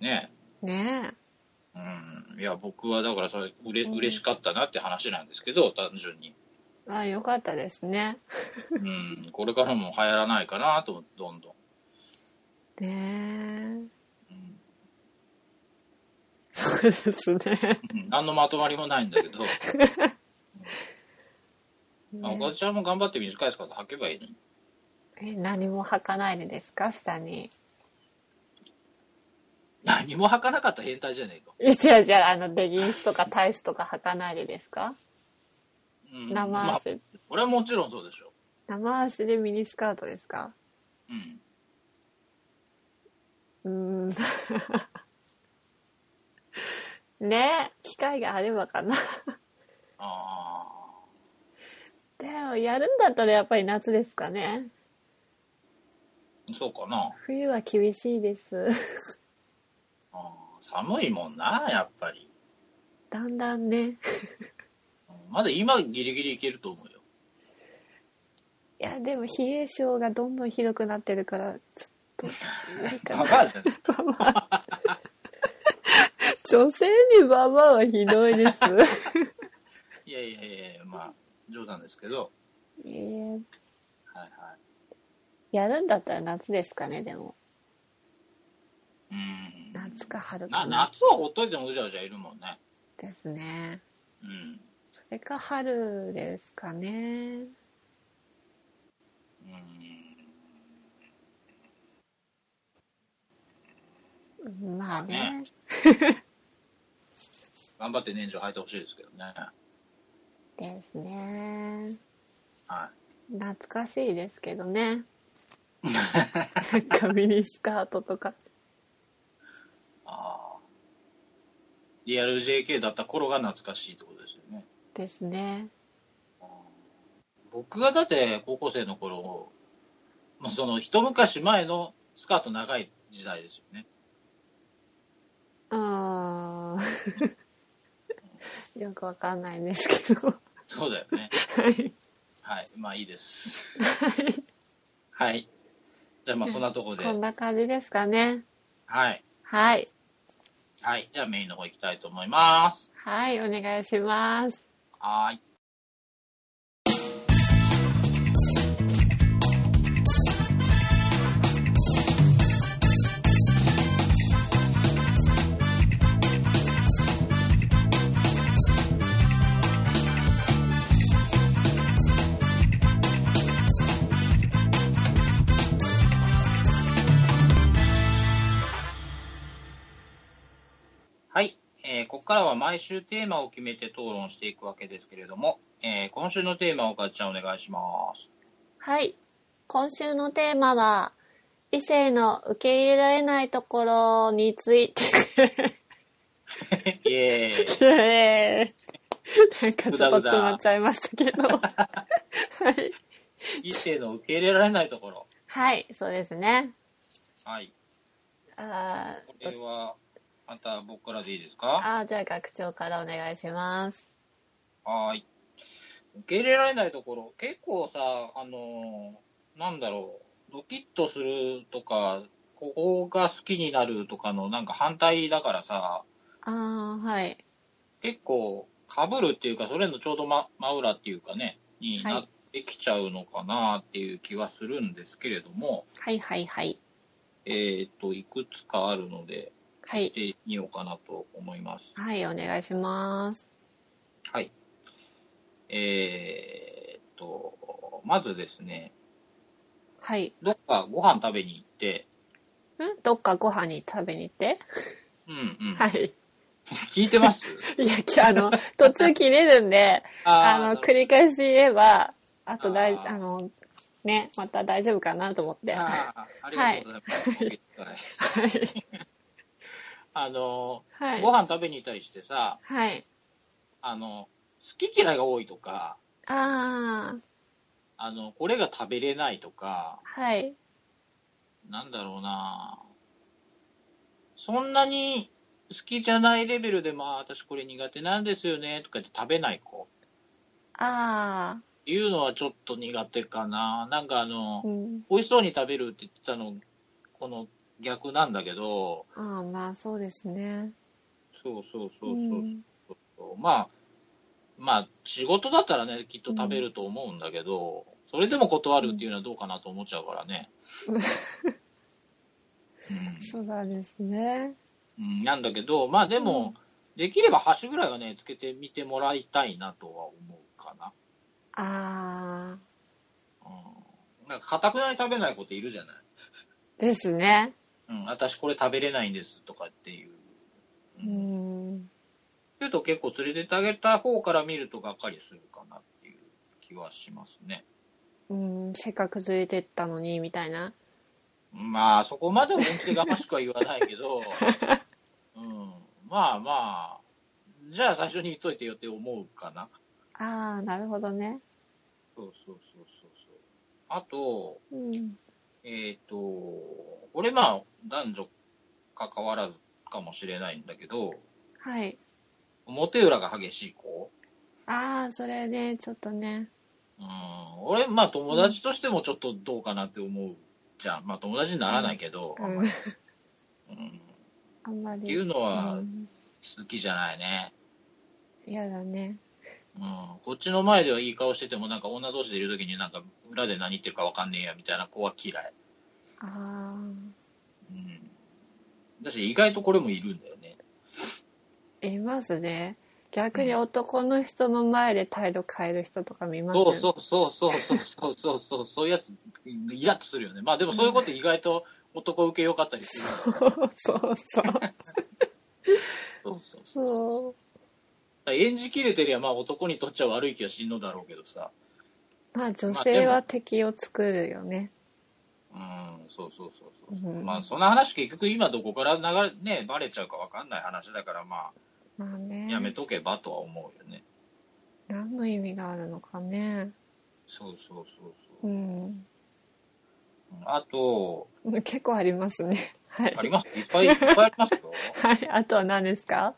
[SPEAKER 1] ね
[SPEAKER 2] うね
[SPEAKER 1] え。うん。いや、僕はだから、それ、うれ、嬉しかったなって話なんですけど、単純に。
[SPEAKER 2] えあよかったですね
[SPEAKER 1] うん。これからも流行らないかなと思って、どんどん。
[SPEAKER 2] ね
[SPEAKER 1] う
[SPEAKER 2] え
[SPEAKER 1] ん
[SPEAKER 2] そうですね
[SPEAKER 1] うん何のまとまりもないんだけど、まあおか
[SPEAKER 2] ね
[SPEAKER 1] ずちゃんも頑張って短いスカート履けばいいのに。
[SPEAKER 2] え何も履かないでですか下に
[SPEAKER 1] 何も履かなかった変態じゃねえか。
[SPEAKER 2] え違う違うあのレギンスとかタイスとか履かないでですか
[SPEAKER 1] うん。
[SPEAKER 2] 生
[SPEAKER 1] まあ、
[SPEAKER 2] 足
[SPEAKER 1] 俺はもちろんそうでしょ。
[SPEAKER 2] 生足でミニスカートですか
[SPEAKER 1] うん。
[SPEAKER 2] うーん ねえ機会があればかな
[SPEAKER 1] あ
[SPEAKER 2] でもやるんだったらやっぱり夏ですかね
[SPEAKER 1] あ、そうかな。
[SPEAKER 2] 冬は厳しいです
[SPEAKER 1] あー寒いもんな、やっぱり。
[SPEAKER 2] だんだんね
[SPEAKER 1] まだ今ギリギリいけると思うよ。
[SPEAKER 2] いやでも冷え性がどんどんひどくなってるからちょっと無理 か
[SPEAKER 1] バ
[SPEAKER 2] な
[SPEAKER 1] バアじゃん。
[SPEAKER 2] 女性にババアはひどいです
[SPEAKER 1] いやいやいやいや、まあ、冗談ですけど。
[SPEAKER 2] えー
[SPEAKER 1] はいは
[SPEAKER 2] やるんだったら夏ですかねでも
[SPEAKER 1] い。うん。
[SPEAKER 2] 夏か春
[SPEAKER 1] な
[SPEAKER 2] かな
[SPEAKER 1] 夏はほっといてもうじゃうじゃいるもんね。
[SPEAKER 2] ですね
[SPEAKER 1] うん。
[SPEAKER 2] それか春ですかね
[SPEAKER 1] うん。
[SPEAKER 2] まあね
[SPEAKER 1] 頑張って年中履いてほしいですけどね。
[SPEAKER 2] ですね
[SPEAKER 1] は
[SPEAKER 2] 懐かしいですけどねなんかミニスカートとか
[SPEAKER 1] い。ああ。リアル JK だった頃が懐かしいってことですよね。
[SPEAKER 2] ですね
[SPEAKER 1] 僕がだって高校生の頃、まあ、その一昔前のスカート長い時代ですよね。
[SPEAKER 2] ああよくわかんないんですけど
[SPEAKER 1] そうだよね。
[SPEAKER 2] はい
[SPEAKER 1] はい。まあいいです。はい。じゃあまあそんなところで
[SPEAKER 2] こ。んな感じですかね
[SPEAKER 1] はい。
[SPEAKER 2] はい
[SPEAKER 1] はい。じゃあメインの方行きたいと思います。
[SPEAKER 2] はいお願いします
[SPEAKER 1] はーい。はい。えーここからは毎週テーマを決めて討論していくわけですけれども、えー今週のテーマをガッチャンお願いします。
[SPEAKER 2] はい。今週のテーマは、異性の受け入れられないところについて。
[SPEAKER 1] イエーイ。
[SPEAKER 2] イエーイなんかちょっと詰まっちゃいましたけど。はい。
[SPEAKER 1] 異性の受け入れられないところ。
[SPEAKER 2] はい、そうですね。
[SPEAKER 1] はい。
[SPEAKER 2] あ
[SPEAKER 1] こ
[SPEAKER 2] ー
[SPEAKER 1] れ
[SPEAKER 2] ど
[SPEAKER 1] は、また僕からでいいですか
[SPEAKER 2] あー、じゃあ学長からお願いします。
[SPEAKER 1] はーい。受け入れられないところ、結構さ、あのーなんだろう、ドキッとするとか、ここが好きになるとかのなんか反対だからさ、
[SPEAKER 2] ああ、はい。
[SPEAKER 1] 結構かぶるっていうかそれのちょうどま真裏っていうかねに
[SPEAKER 2] はい
[SPEAKER 1] なってきちゃうのかなっていう気はするんですけれども、
[SPEAKER 2] はいはいはい。
[SPEAKER 1] えっ、といくつかあるので
[SPEAKER 2] はい。
[SPEAKER 1] 見てみようかなと思います
[SPEAKER 2] はい、お願いします。
[SPEAKER 1] はいえっ、とまずですね
[SPEAKER 2] はい。
[SPEAKER 1] どっかご飯食べに行って
[SPEAKER 2] んどっかご飯に食べに行って。
[SPEAKER 1] うんうん、
[SPEAKER 2] はい。
[SPEAKER 1] 聞いてます
[SPEAKER 2] いや、きあの、途中切れるんで、
[SPEAKER 1] あ
[SPEAKER 2] あ
[SPEAKER 1] ーなる
[SPEAKER 2] の、
[SPEAKER 1] ほど
[SPEAKER 2] 繰り返し言えば、あとだい、
[SPEAKER 1] あー
[SPEAKER 2] あの、ね、また大丈夫かなと思って。は
[SPEAKER 1] あーありがとうございます、はい
[SPEAKER 2] い。
[SPEAKER 1] あの
[SPEAKER 2] はい
[SPEAKER 1] ご。飯食べに行ったりしてさ
[SPEAKER 2] はい。
[SPEAKER 1] あの好き嫌いが多いとか
[SPEAKER 2] ああ、
[SPEAKER 1] あの、これが食べれないとか、
[SPEAKER 2] はい。
[SPEAKER 1] なんだろうなそんなに好きじゃないレベルで、まあ、私これ苦手なんですよね、とか言って食べない子
[SPEAKER 2] あ
[SPEAKER 1] っていうのはちょっと苦手かな。なんかあ
[SPEAKER 2] あ、う
[SPEAKER 1] の、
[SPEAKER 2] ん。
[SPEAKER 1] 美味しそうに食べるって言ってたの、この逆なんだけど、
[SPEAKER 2] ああ、まあそうですね。
[SPEAKER 1] そうそうそうそう
[SPEAKER 2] うん
[SPEAKER 1] そう、まあ、まあ、仕事だったらね、きっと食べると思うんだけど、それでも断るっていうのはどうかなと思っちゃうからね。うん
[SPEAKER 2] そうなんですね。
[SPEAKER 1] うん、なんだけど、まあでも、できれば箸ぐらいはね、つけてみてもらいたいなとは思うかな。
[SPEAKER 2] ああ、
[SPEAKER 1] うん。なんか、かたくなに食べない子っているじゃない。
[SPEAKER 2] ですね。
[SPEAKER 1] うん、私これ食べれないんですとかっていう。
[SPEAKER 2] う
[SPEAKER 1] うん。っ
[SPEAKER 2] ん。
[SPEAKER 1] ていうと結構連れてってあげた方から見るとがっかりするかなっていう気はしますね。
[SPEAKER 2] うん、せっかく連れてったのに、みたいな。
[SPEAKER 1] まあ、そこまでもうんちがましくは言わないけど、うん。まあまあ、じゃあ最初に言っといてよって思うかな。
[SPEAKER 2] ああ、なるほどね。
[SPEAKER 1] そうそうそうそうそう。あと、
[SPEAKER 2] うん。
[SPEAKER 1] えっ、と、俺まあ男女関わらずかもしれないんだけど、
[SPEAKER 2] はい。
[SPEAKER 1] 表裏が激しい子。
[SPEAKER 2] ああ、それね、ちょっとね。
[SPEAKER 1] うん、俺まあ友達としてもちょっとどうかなって思うじゃん。まあ友達にならないけど、
[SPEAKER 2] う
[SPEAKER 1] うん
[SPEAKER 2] ん、
[SPEAKER 1] っ
[SPEAKER 2] あんまり。
[SPEAKER 1] ていうのは
[SPEAKER 2] うん
[SPEAKER 1] 好きじゃないね。
[SPEAKER 2] 嫌だね。
[SPEAKER 1] うん、こっちの前ではいい顔しててもなんか女同士でいる時になんか裏で何言ってるかわかんねえやみたいな子は嫌い。
[SPEAKER 2] ああ。
[SPEAKER 1] うん、だし意外とこれもいるんだよね。
[SPEAKER 2] いますね逆に男の人の前で態度変える人とか見ますよ
[SPEAKER 1] そう
[SPEAKER 2] ね
[SPEAKER 1] そうそうそうそうそうそうそうそういうやつイラッとするよねまあでもそういうこと意外と男受けよかったりするから
[SPEAKER 2] そう
[SPEAKER 1] そ
[SPEAKER 2] そう
[SPEAKER 1] うそうそうそう
[SPEAKER 2] そう
[SPEAKER 1] 演じきれてりゃまあ男にとっちゃ悪い気はしんのだろうけどさ
[SPEAKER 2] まあ女性は敵を作るよね
[SPEAKER 1] うんそうそうそうそうそう、
[SPEAKER 2] うん
[SPEAKER 1] まあそんな話結局今どこから流れねバレちゃうかわかんない話だからま
[SPEAKER 2] まあ
[SPEAKER 1] あ
[SPEAKER 2] ね
[SPEAKER 1] やめとけばとは思うよね
[SPEAKER 2] 何の意味があるのかね
[SPEAKER 1] そうそうそうそうう、
[SPEAKER 2] ん
[SPEAKER 1] あと
[SPEAKER 2] 結構ありますね はい
[SPEAKER 1] ありますいっぱいいっぱいありますよ
[SPEAKER 2] はいあとは何ですか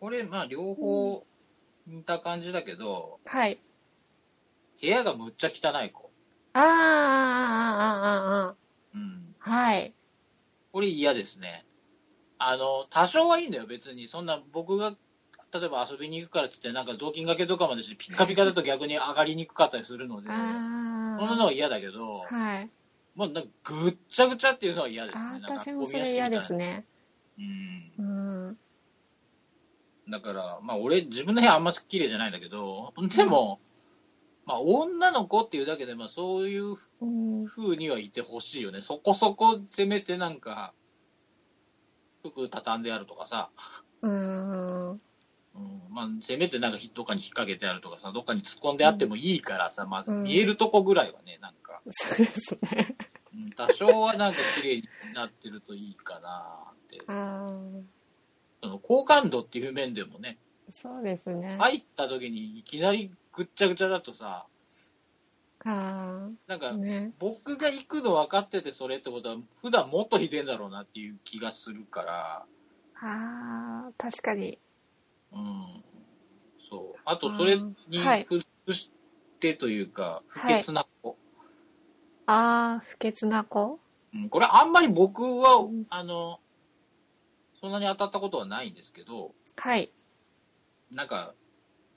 [SPEAKER 1] これまあ両方似た感じだけど
[SPEAKER 2] はい
[SPEAKER 1] 部屋がむっちゃ汚い子
[SPEAKER 2] あーあーあーあーあ
[SPEAKER 1] うん
[SPEAKER 2] ーはい
[SPEAKER 1] これ嫌ですね。あの、多少はいいんだよ、別に。そんな、僕が、例えば遊びに行くからってって、なんか雑巾掛けとかまでして、ピッカピカだと逆に上がりにくかったりするので、そん
[SPEAKER 2] あ
[SPEAKER 1] なの
[SPEAKER 2] あ
[SPEAKER 1] は嫌だけど、
[SPEAKER 2] はい
[SPEAKER 1] もうなんかぐっちゃぐちゃっていうのは嫌ですね。
[SPEAKER 2] あー
[SPEAKER 1] なんか
[SPEAKER 2] 私もそれ嫌です。ね
[SPEAKER 1] ゴミ屋敷みたいな
[SPEAKER 2] うん
[SPEAKER 1] うん。だから、まあ俺、自分の部屋あんま綺麗じゃないんだけど、でも、まあ女の子っていうだけで、まあそういう
[SPEAKER 2] うん
[SPEAKER 1] 風にはいてほしいよね。そこそこ、せめてなんか、服畳んであるとかさ、
[SPEAKER 2] うん。
[SPEAKER 1] うんまあ、せめてなんかひどっかに引っ掛けてあるとかさ、どっかに突っ込んであってもいいからさ、まあ、
[SPEAKER 2] うん
[SPEAKER 1] 見えるとこぐらいはね、なんか、
[SPEAKER 2] そうですね。
[SPEAKER 1] うん多少はなんか綺麗になってるといいかなって。
[SPEAKER 2] うん。
[SPEAKER 1] その好感度っていう面でもね、
[SPEAKER 2] そうですね。い。
[SPEAKER 1] 入った時にいきなりぐっちゃぐちゃだとさ、
[SPEAKER 2] あ
[SPEAKER 1] なん
[SPEAKER 2] あ。
[SPEAKER 1] か、
[SPEAKER 2] ね。
[SPEAKER 1] 僕が行くの分かっててそれってことは、普段もっとひでえんだろうなっていう気がするから、
[SPEAKER 2] ああ、確かに。
[SPEAKER 1] うん。そう。あと、それに
[SPEAKER 2] うんはい
[SPEAKER 1] 屈してというか、不
[SPEAKER 2] はい
[SPEAKER 1] 潔な子。
[SPEAKER 2] ああ、不潔な子
[SPEAKER 1] うんこれあんまり僕は、
[SPEAKER 2] うん
[SPEAKER 1] あの、そんなに当たったことはないんですけど、
[SPEAKER 2] はい。
[SPEAKER 1] なんか、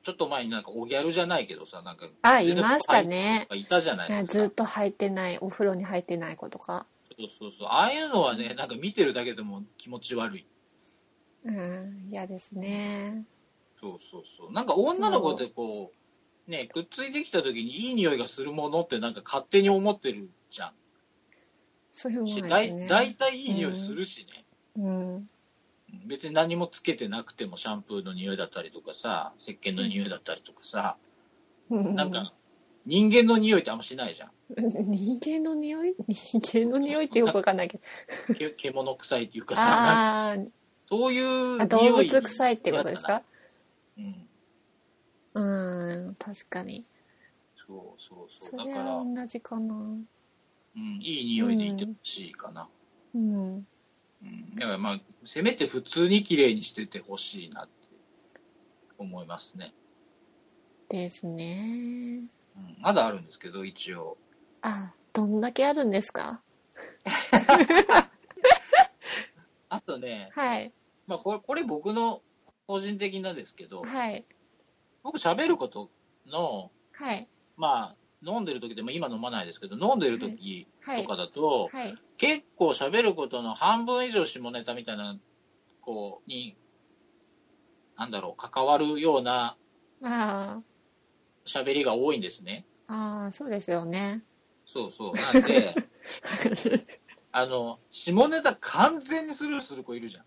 [SPEAKER 1] ちょっと前になんかおギャルじゃないけどさ、なんか、
[SPEAKER 2] あ、いましたね。
[SPEAKER 1] いたじゃない
[SPEAKER 2] いや
[SPEAKER 1] ですか。
[SPEAKER 2] ずっと入ってない、お風呂に入ってない子とか。
[SPEAKER 1] そうそうそう。ああいうのはね、なんか見てるだけでも気持ち悪い。
[SPEAKER 2] うん、嫌ですね。
[SPEAKER 1] そうそうそう。なんか女の子ってこう、ね、くっついてきた時にいい匂いがするものってなんか勝手に思ってるじゃ
[SPEAKER 2] そういうも
[SPEAKER 1] ん。
[SPEAKER 2] んです
[SPEAKER 1] し、
[SPEAKER 2] ね。
[SPEAKER 1] だい大体いい匂いするしね。
[SPEAKER 2] うん。
[SPEAKER 1] うん別に何もつけてなくてもシャンプーの匂いだったりとかさ、石鹸の匂いだったりとかさ、なんか、人間の匂いってあんましないじゃん。
[SPEAKER 2] 人間の匂い人間の匂いってよくわかんな いけど。
[SPEAKER 1] け獣臭いっていうかさ、なんか
[SPEAKER 2] あー
[SPEAKER 1] そういう
[SPEAKER 2] あ、動
[SPEAKER 1] 匂い。
[SPEAKER 2] 物臭いってことですか
[SPEAKER 1] うん。
[SPEAKER 2] うん、確かに。
[SPEAKER 1] そうそうそ。
[SPEAKER 2] そう
[SPEAKER 1] だ
[SPEAKER 2] れ
[SPEAKER 1] か
[SPEAKER 2] は
[SPEAKER 1] ら、うん、
[SPEAKER 2] 同じかな。
[SPEAKER 1] いい匂いでいてほしいかな。
[SPEAKER 2] うん。
[SPEAKER 1] うん、だからまあ、せめて普通に綺麗にしててほしいなって思いますね。
[SPEAKER 2] ですね。
[SPEAKER 1] うん、まだあるんですけど、一応。
[SPEAKER 2] あ、どんだけあるんですか
[SPEAKER 1] あとね、
[SPEAKER 2] はい。
[SPEAKER 1] まあこれ、これ僕の個人的なんですけど、
[SPEAKER 2] はい。
[SPEAKER 1] 僕喋ることの、
[SPEAKER 2] はい。
[SPEAKER 1] まあ、飲んでる時でも今飲まないですけど、飲んでる時
[SPEAKER 2] は
[SPEAKER 1] と
[SPEAKER 2] い
[SPEAKER 1] か。だと、
[SPEAKER 2] はい。
[SPEAKER 1] 結構喋ることの半分以上下ネタみたいな、こう、に、なんだろう、関わるような
[SPEAKER 2] あ
[SPEAKER 1] 喋りが多いんですね。
[SPEAKER 2] あ、ああ、そうですよね。
[SPEAKER 1] そうそう。なんで、 あの、下ネタ完全にスルーする子いるじゃん。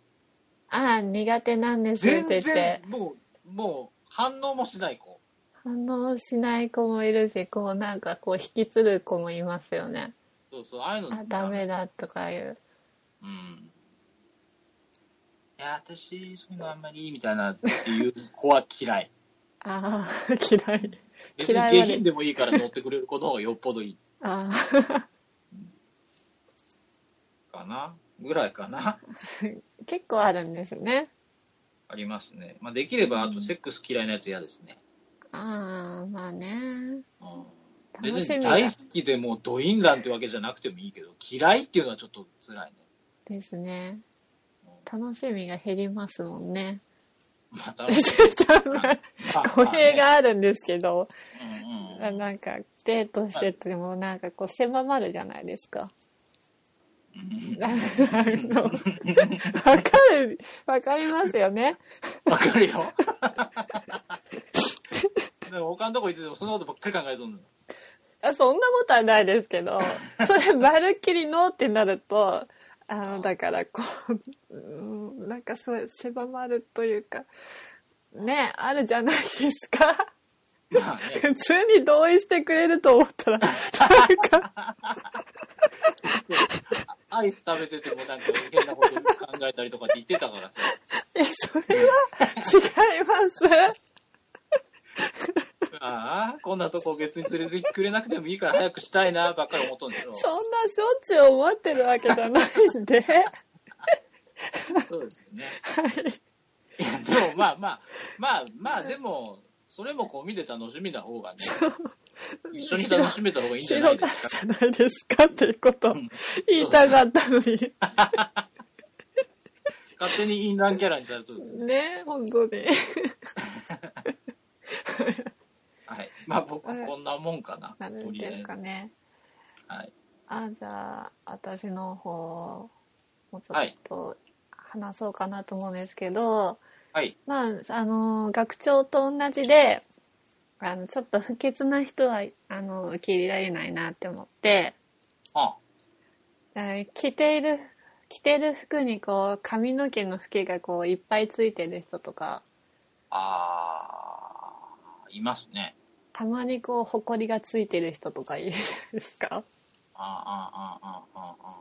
[SPEAKER 2] ああ、苦手なんですって
[SPEAKER 1] 全
[SPEAKER 2] 言って
[SPEAKER 1] 然。、もう、もう、反応もしない子。
[SPEAKER 2] 反応しない子もいるし、こうなんかこう引きつる子もいますよね。
[SPEAKER 1] そうそう、ああいうの。
[SPEAKER 2] あ、ダ。メだとかいう。
[SPEAKER 1] うん。いや、私、そういうのあんまりいいみたいなっていう子は嫌い。
[SPEAKER 2] ああ、嫌い。
[SPEAKER 1] 別に
[SPEAKER 2] 嫌いはね
[SPEAKER 1] 下品でもいいから乗ってくれる子の方がよっぽどいい
[SPEAKER 2] あ
[SPEAKER 1] かなぐらいかな。
[SPEAKER 2] あ、結構あるんですね。
[SPEAKER 1] ありますね。まあ、できれば、あと、セックス嫌いなやつ嫌ですね。
[SPEAKER 2] ああ、まあね。
[SPEAKER 1] うん。
[SPEAKER 2] 楽
[SPEAKER 1] 別
[SPEAKER 2] し
[SPEAKER 1] に
[SPEAKER 2] み
[SPEAKER 1] 大
[SPEAKER 2] だ
[SPEAKER 1] 好きでもうドインランってわけじゃなくてもいいけど、嫌いっていうのはちょっと辛いね。
[SPEAKER 2] ですね。
[SPEAKER 1] うん
[SPEAKER 2] 楽しみが減りますもんね。
[SPEAKER 1] また、
[SPEAKER 2] 多分
[SPEAKER 1] ま あ
[SPEAKER 2] 語弊。
[SPEAKER 1] ま
[SPEAKER 2] があるんですけど、
[SPEAKER 1] あねうんうん
[SPEAKER 2] なんかデートしててもなんかこう狭まるじゃないですか。
[SPEAKER 1] うん
[SPEAKER 2] あのわかる、わかりますよね。
[SPEAKER 1] わかるよ。でも他のとこ行っててもそんなことばっかり考えとんの。
[SPEAKER 2] あそんなことはないですけど、それまるっきりノーってなると、あの、だからこう、うんなんかそう狭まるというか、ね、あるじゃないですか。
[SPEAKER 1] まあね、
[SPEAKER 2] 普通に同意してくれると思ったら、なんか、
[SPEAKER 1] アイス食べててもなんか変なこと考えたりとかって言ってたからさ。
[SPEAKER 2] え、それは違います。
[SPEAKER 1] ああ、こんなとこ別に連れてきてくれなくてもいいから早くしたいなばっかり思っとんでしょ。
[SPEAKER 2] そんなしょっちゅう思ってるわけじゃないんで。
[SPEAKER 1] そうですよね。いや、でもまあまあ、まあまあ、でも、それも込みで楽しみな方がね、一緒に楽しめた 方がいいんじゃな
[SPEAKER 2] 広
[SPEAKER 1] いで
[SPEAKER 2] がる
[SPEAKER 1] すか。
[SPEAKER 2] じゃないですかっていうこと言いたかった のに。
[SPEAKER 1] 勝手にインランキャラにされとる。
[SPEAKER 2] ね、本当に。
[SPEAKER 1] はい。まあ僕、
[SPEAKER 2] うん
[SPEAKER 1] こんなもんかな。
[SPEAKER 2] なるんですかね。
[SPEAKER 1] はい。
[SPEAKER 2] あ、じゃあ、私の方、もうちょっと話そうかなと思うんですけど、
[SPEAKER 1] はい。
[SPEAKER 2] まあ、あの、学長と同じで、あの、ちょっと不潔な人は、あの、受け入れられないなって思って、
[SPEAKER 1] あ、
[SPEAKER 2] えー着ている着てる服にこう髪の毛のフケがこういっぱいついてる人とか
[SPEAKER 1] あー、いますね。
[SPEAKER 2] たまにこうほこりがついてる人とかいるじゃないですか
[SPEAKER 1] あーあー、あーあー、あーあ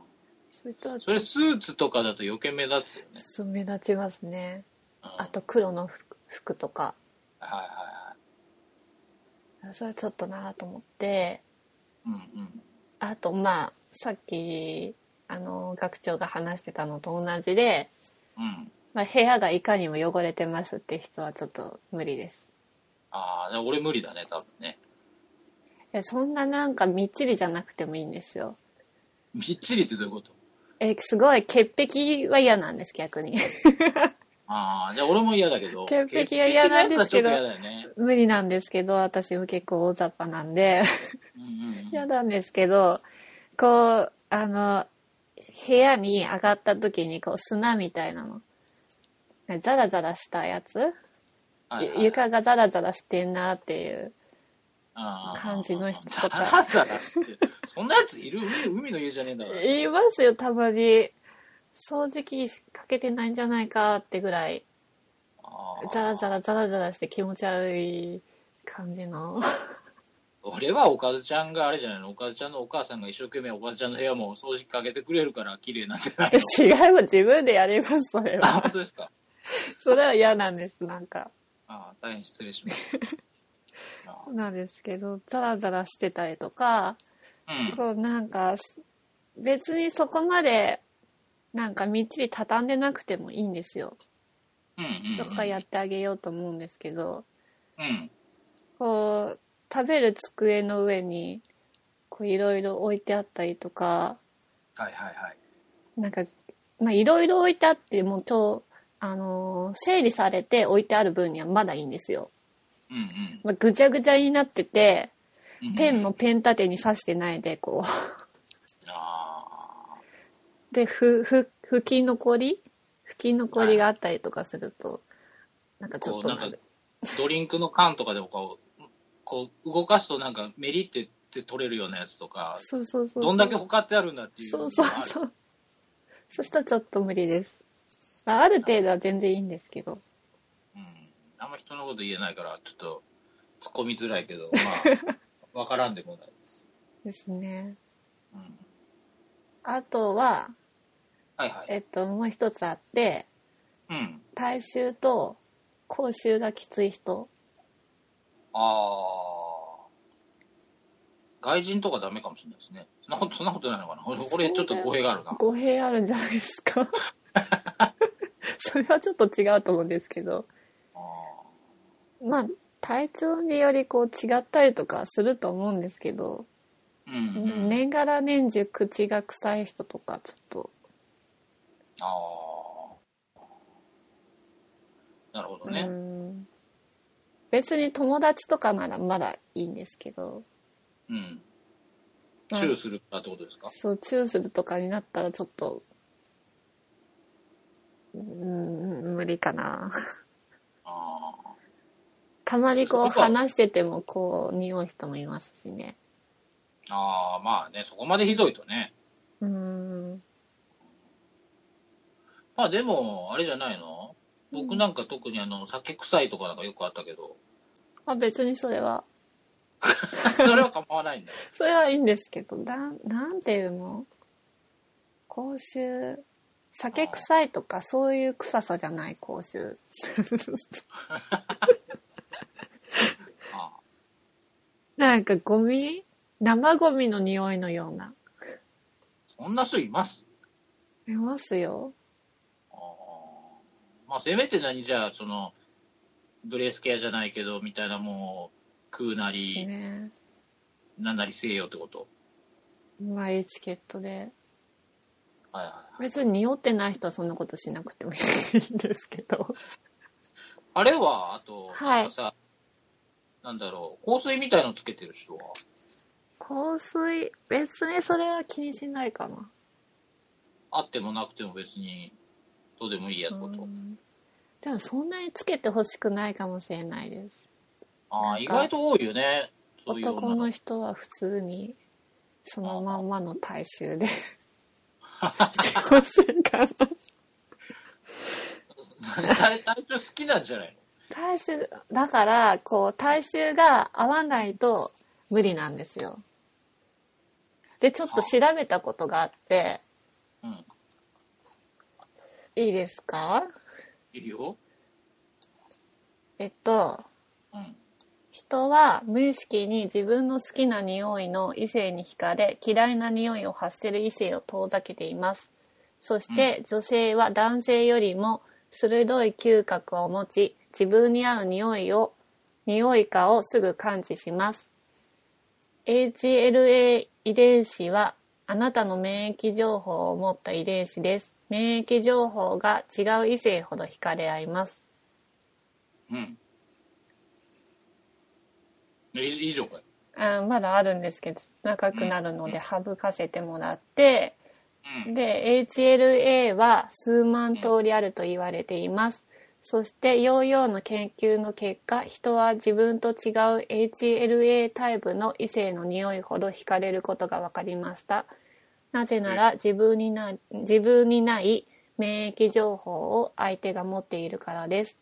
[SPEAKER 2] そういう人
[SPEAKER 1] ー。それスーツとかだと余計目立つよね。
[SPEAKER 2] そう目立ちますね
[SPEAKER 1] うん、
[SPEAKER 2] あと黒の服服とか
[SPEAKER 1] はいは
[SPEAKER 2] それはちょっとなと思って
[SPEAKER 1] いはい。うんうん。
[SPEAKER 2] あとまあさっきあの学長が話してたのと同じで、
[SPEAKER 1] うん。
[SPEAKER 2] まあ、部屋がいかにも汚れてますって人はちょっと無理です
[SPEAKER 1] ああ、俺無理だね、多分ね。
[SPEAKER 2] いやそんななんかみっちりじゃなくてもいいんですよ
[SPEAKER 1] みっちりってどういうこと
[SPEAKER 2] えすごい潔癖は嫌なんです逆に
[SPEAKER 1] ああ、じゃあ俺も嫌だけど。
[SPEAKER 2] 潔癖は嫌なんですけ
[SPEAKER 1] 潔癖の
[SPEAKER 2] ど
[SPEAKER 1] やつはちょっと嫌だよね。
[SPEAKER 2] 無理なんですけど私も結構大雑把なんで
[SPEAKER 1] うんうんうん。
[SPEAKER 2] 嫌なんですけどこうあの部屋に上がった時にこう砂みたいなのザラザラしたやつ
[SPEAKER 1] はいはい
[SPEAKER 2] ゆ床がザラザラしてんなっていう感じの人とか
[SPEAKER 1] ザラザラしてそんなやついる海海の家じゃねえんだから
[SPEAKER 2] 言いますよたまに掃除機かけてないんじゃないかってぐらい
[SPEAKER 1] あー
[SPEAKER 2] ザラザラザラザラして気持ち悪い感じの
[SPEAKER 1] 俺はおかずちゃんがあれじゃないのおかずちゃんのお母さんが一生懸命おかずちゃんの部屋も掃除機かけてくれるから綺麗なんじゃないの
[SPEAKER 2] 違いは自分でやりますそれ
[SPEAKER 1] あ
[SPEAKER 2] は
[SPEAKER 1] 本当ですか
[SPEAKER 2] それは嫌なんですなんか
[SPEAKER 1] あー大変失礼しまし
[SPEAKER 2] そうなんですけどザラザラしてたりとか
[SPEAKER 1] たうん
[SPEAKER 2] こうなんか別にそこまでなんかみっちり畳んでなくてもいいんですよ
[SPEAKER 1] うんうん
[SPEAKER 2] そこからやってあげようと思うんですけど
[SPEAKER 1] うん
[SPEAKER 2] こう食べる机の上にこういろいろ置いてあったりとか
[SPEAKER 1] はいはいはい
[SPEAKER 2] なんかまあいろいろ置いてあってもうちょあのー整理されて置いてある分にはまだいいんですよ、
[SPEAKER 1] うんうん
[SPEAKER 2] まあ、ぐちゃぐちゃになってて
[SPEAKER 1] うん
[SPEAKER 2] ペンもペン立てに刺してないでこう
[SPEAKER 1] あー
[SPEAKER 2] でふふ拭き残り拭き残りがあったりとかすると、なんかちょ
[SPEAKER 1] こ
[SPEAKER 2] っ
[SPEAKER 1] う
[SPEAKER 2] と
[SPEAKER 1] なん
[SPEAKER 2] な
[SPEAKER 1] か
[SPEAKER 2] んで
[SPEAKER 1] ドリンクの缶とかでもこうこう動かすとなんかメリってって取れるようなやつとか
[SPEAKER 2] そうそうそうそう
[SPEAKER 1] どんだけ他ってあるんだっていう
[SPEAKER 2] そうそう
[SPEAKER 1] う
[SPEAKER 2] そうそしたらちょっと無理です、まあ、ある程度は全然いいんですけど
[SPEAKER 1] うん、あんま人のこと言えないからちょっと突っ込みづらいけ どまあわからんでもないです、
[SPEAKER 2] ですね
[SPEAKER 1] うん、
[SPEAKER 2] あとは
[SPEAKER 1] はいはい
[SPEAKER 2] えっともう一つあって
[SPEAKER 1] うん
[SPEAKER 2] 体臭と口臭がきつい人
[SPEAKER 1] ああ外人とかダメかもしれないですねそんなことそんなことないのかなこれこれちょっと語弊があるな
[SPEAKER 2] 語弊あるんじゃないで すかそれはちょっと違うと思うんですけど
[SPEAKER 1] あ
[SPEAKER 2] まあ体調によりこう違ったりとかすると思うんですけど、
[SPEAKER 1] ーうん、うん
[SPEAKER 2] 年がら年中口が臭い人とかちょっと
[SPEAKER 1] あーなるほどね、
[SPEAKER 2] うん別に友達とかならまだいいんですけど、
[SPEAKER 1] うん、
[SPEAKER 2] まあ
[SPEAKER 1] チューするからってことですか、
[SPEAKER 2] そうチューするとかになったらちょっとうん無理かな
[SPEAKER 1] ああ
[SPEAKER 2] たまにこう
[SPEAKER 1] そうか
[SPEAKER 2] 話しててもこう匂う人もいますしね
[SPEAKER 1] ああまあねそこまでひどいとね
[SPEAKER 2] うん
[SPEAKER 1] まあでもあれじゃないの僕なんか特にあの酒臭いとかなんかよくあったけど
[SPEAKER 2] まあ別にそれは
[SPEAKER 1] それは構わないんだよ
[SPEAKER 2] それはいいんですけどなんなんていうの口臭酒臭いとかそういう臭さじゃない口臭
[SPEAKER 1] あ
[SPEAKER 2] なんかゴミ生ゴミの匂いのような
[SPEAKER 1] そんな人います
[SPEAKER 2] いますよ
[SPEAKER 1] ああまあせめて何じゃあそのブレスケアじゃないけどみたいなもう食うなり
[SPEAKER 2] ね
[SPEAKER 1] なんなりせえよってこと
[SPEAKER 2] まあエチケットで
[SPEAKER 1] はいはい
[SPEAKER 2] 別に匂ってない人はそんなことしなくてもいいんですけ ど
[SPEAKER 1] あれはあと
[SPEAKER 2] は
[SPEAKER 1] な
[SPEAKER 2] い
[SPEAKER 1] んかさ、なんだろう香水みたいのつけてる人は
[SPEAKER 2] 香水別にそれは気にしないかな
[SPEAKER 1] あってもなくても別にどうでもいいやってこと、
[SPEAKER 2] うんでもそんなにつけてほしくないかもしれないです
[SPEAKER 1] ああ意外と多いよねそういう女
[SPEAKER 2] 男
[SPEAKER 1] の
[SPEAKER 2] の人は普通にそのまんまの体臭でどうするかな。
[SPEAKER 1] 体体調好きなんじゃない
[SPEAKER 2] 体臭、だから、こう、体臭が合わないと無理なんですよ。で、ちょっと調べたことがあって、
[SPEAKER 1] のうん。
[SPEAKER 2] いいですか
[SPEAKER 1] いいよ。
[SPEAKER 2] えっと、
[SPEAKER 1] うん。
[SPEAKER 2] 人は無意識に自分の好きな匂いの異性に惹かれ嫌いな匂いを発せる異性を遠ざけていますそして女性は男性よりも鋭い嗅覚を持ち自分に合う匂いを匂いかをすぐ感知します HLA 遺伝子はあなたの免疫情報を持った遺伝子です免疫情報が違う異性ほど惹かれ合います
[SPEAKER 1] うん。い以上かい。
[SPEAKER 2] あまだあるんですけど長くなるので省かせてもらって
[SPEAKER 1] うん。
[SPEAKER 2] で HLA は数万通りあると言われていますそしてヨーヨーの研究の結果人は自分と違う HLA タイプの異性の匂いほど惹かれることが分かりましたなぜなら自分にな自分にない免疫情報を相手が持っているからです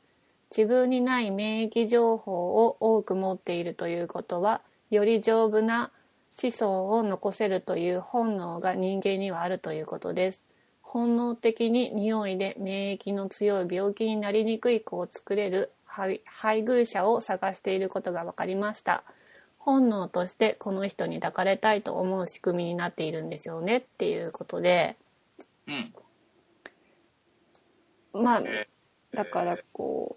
[SPEAKER 2] 自分にない免疫情報を多く持っているということはより丈夫な子孫を残せるという本能が人間にはあるということです本能的に匂いで免疫の強い病気になりにくい子を作れる配配偶者を探していることが分かりました本能としてこの人に抱かれたいと思う仕組みになっているんですよねっていうことで
[SPEAKER 1] うん。
[SPEAKER 2] まあ
[SPEAKER 1] え
[SPEAKER 2] だからこう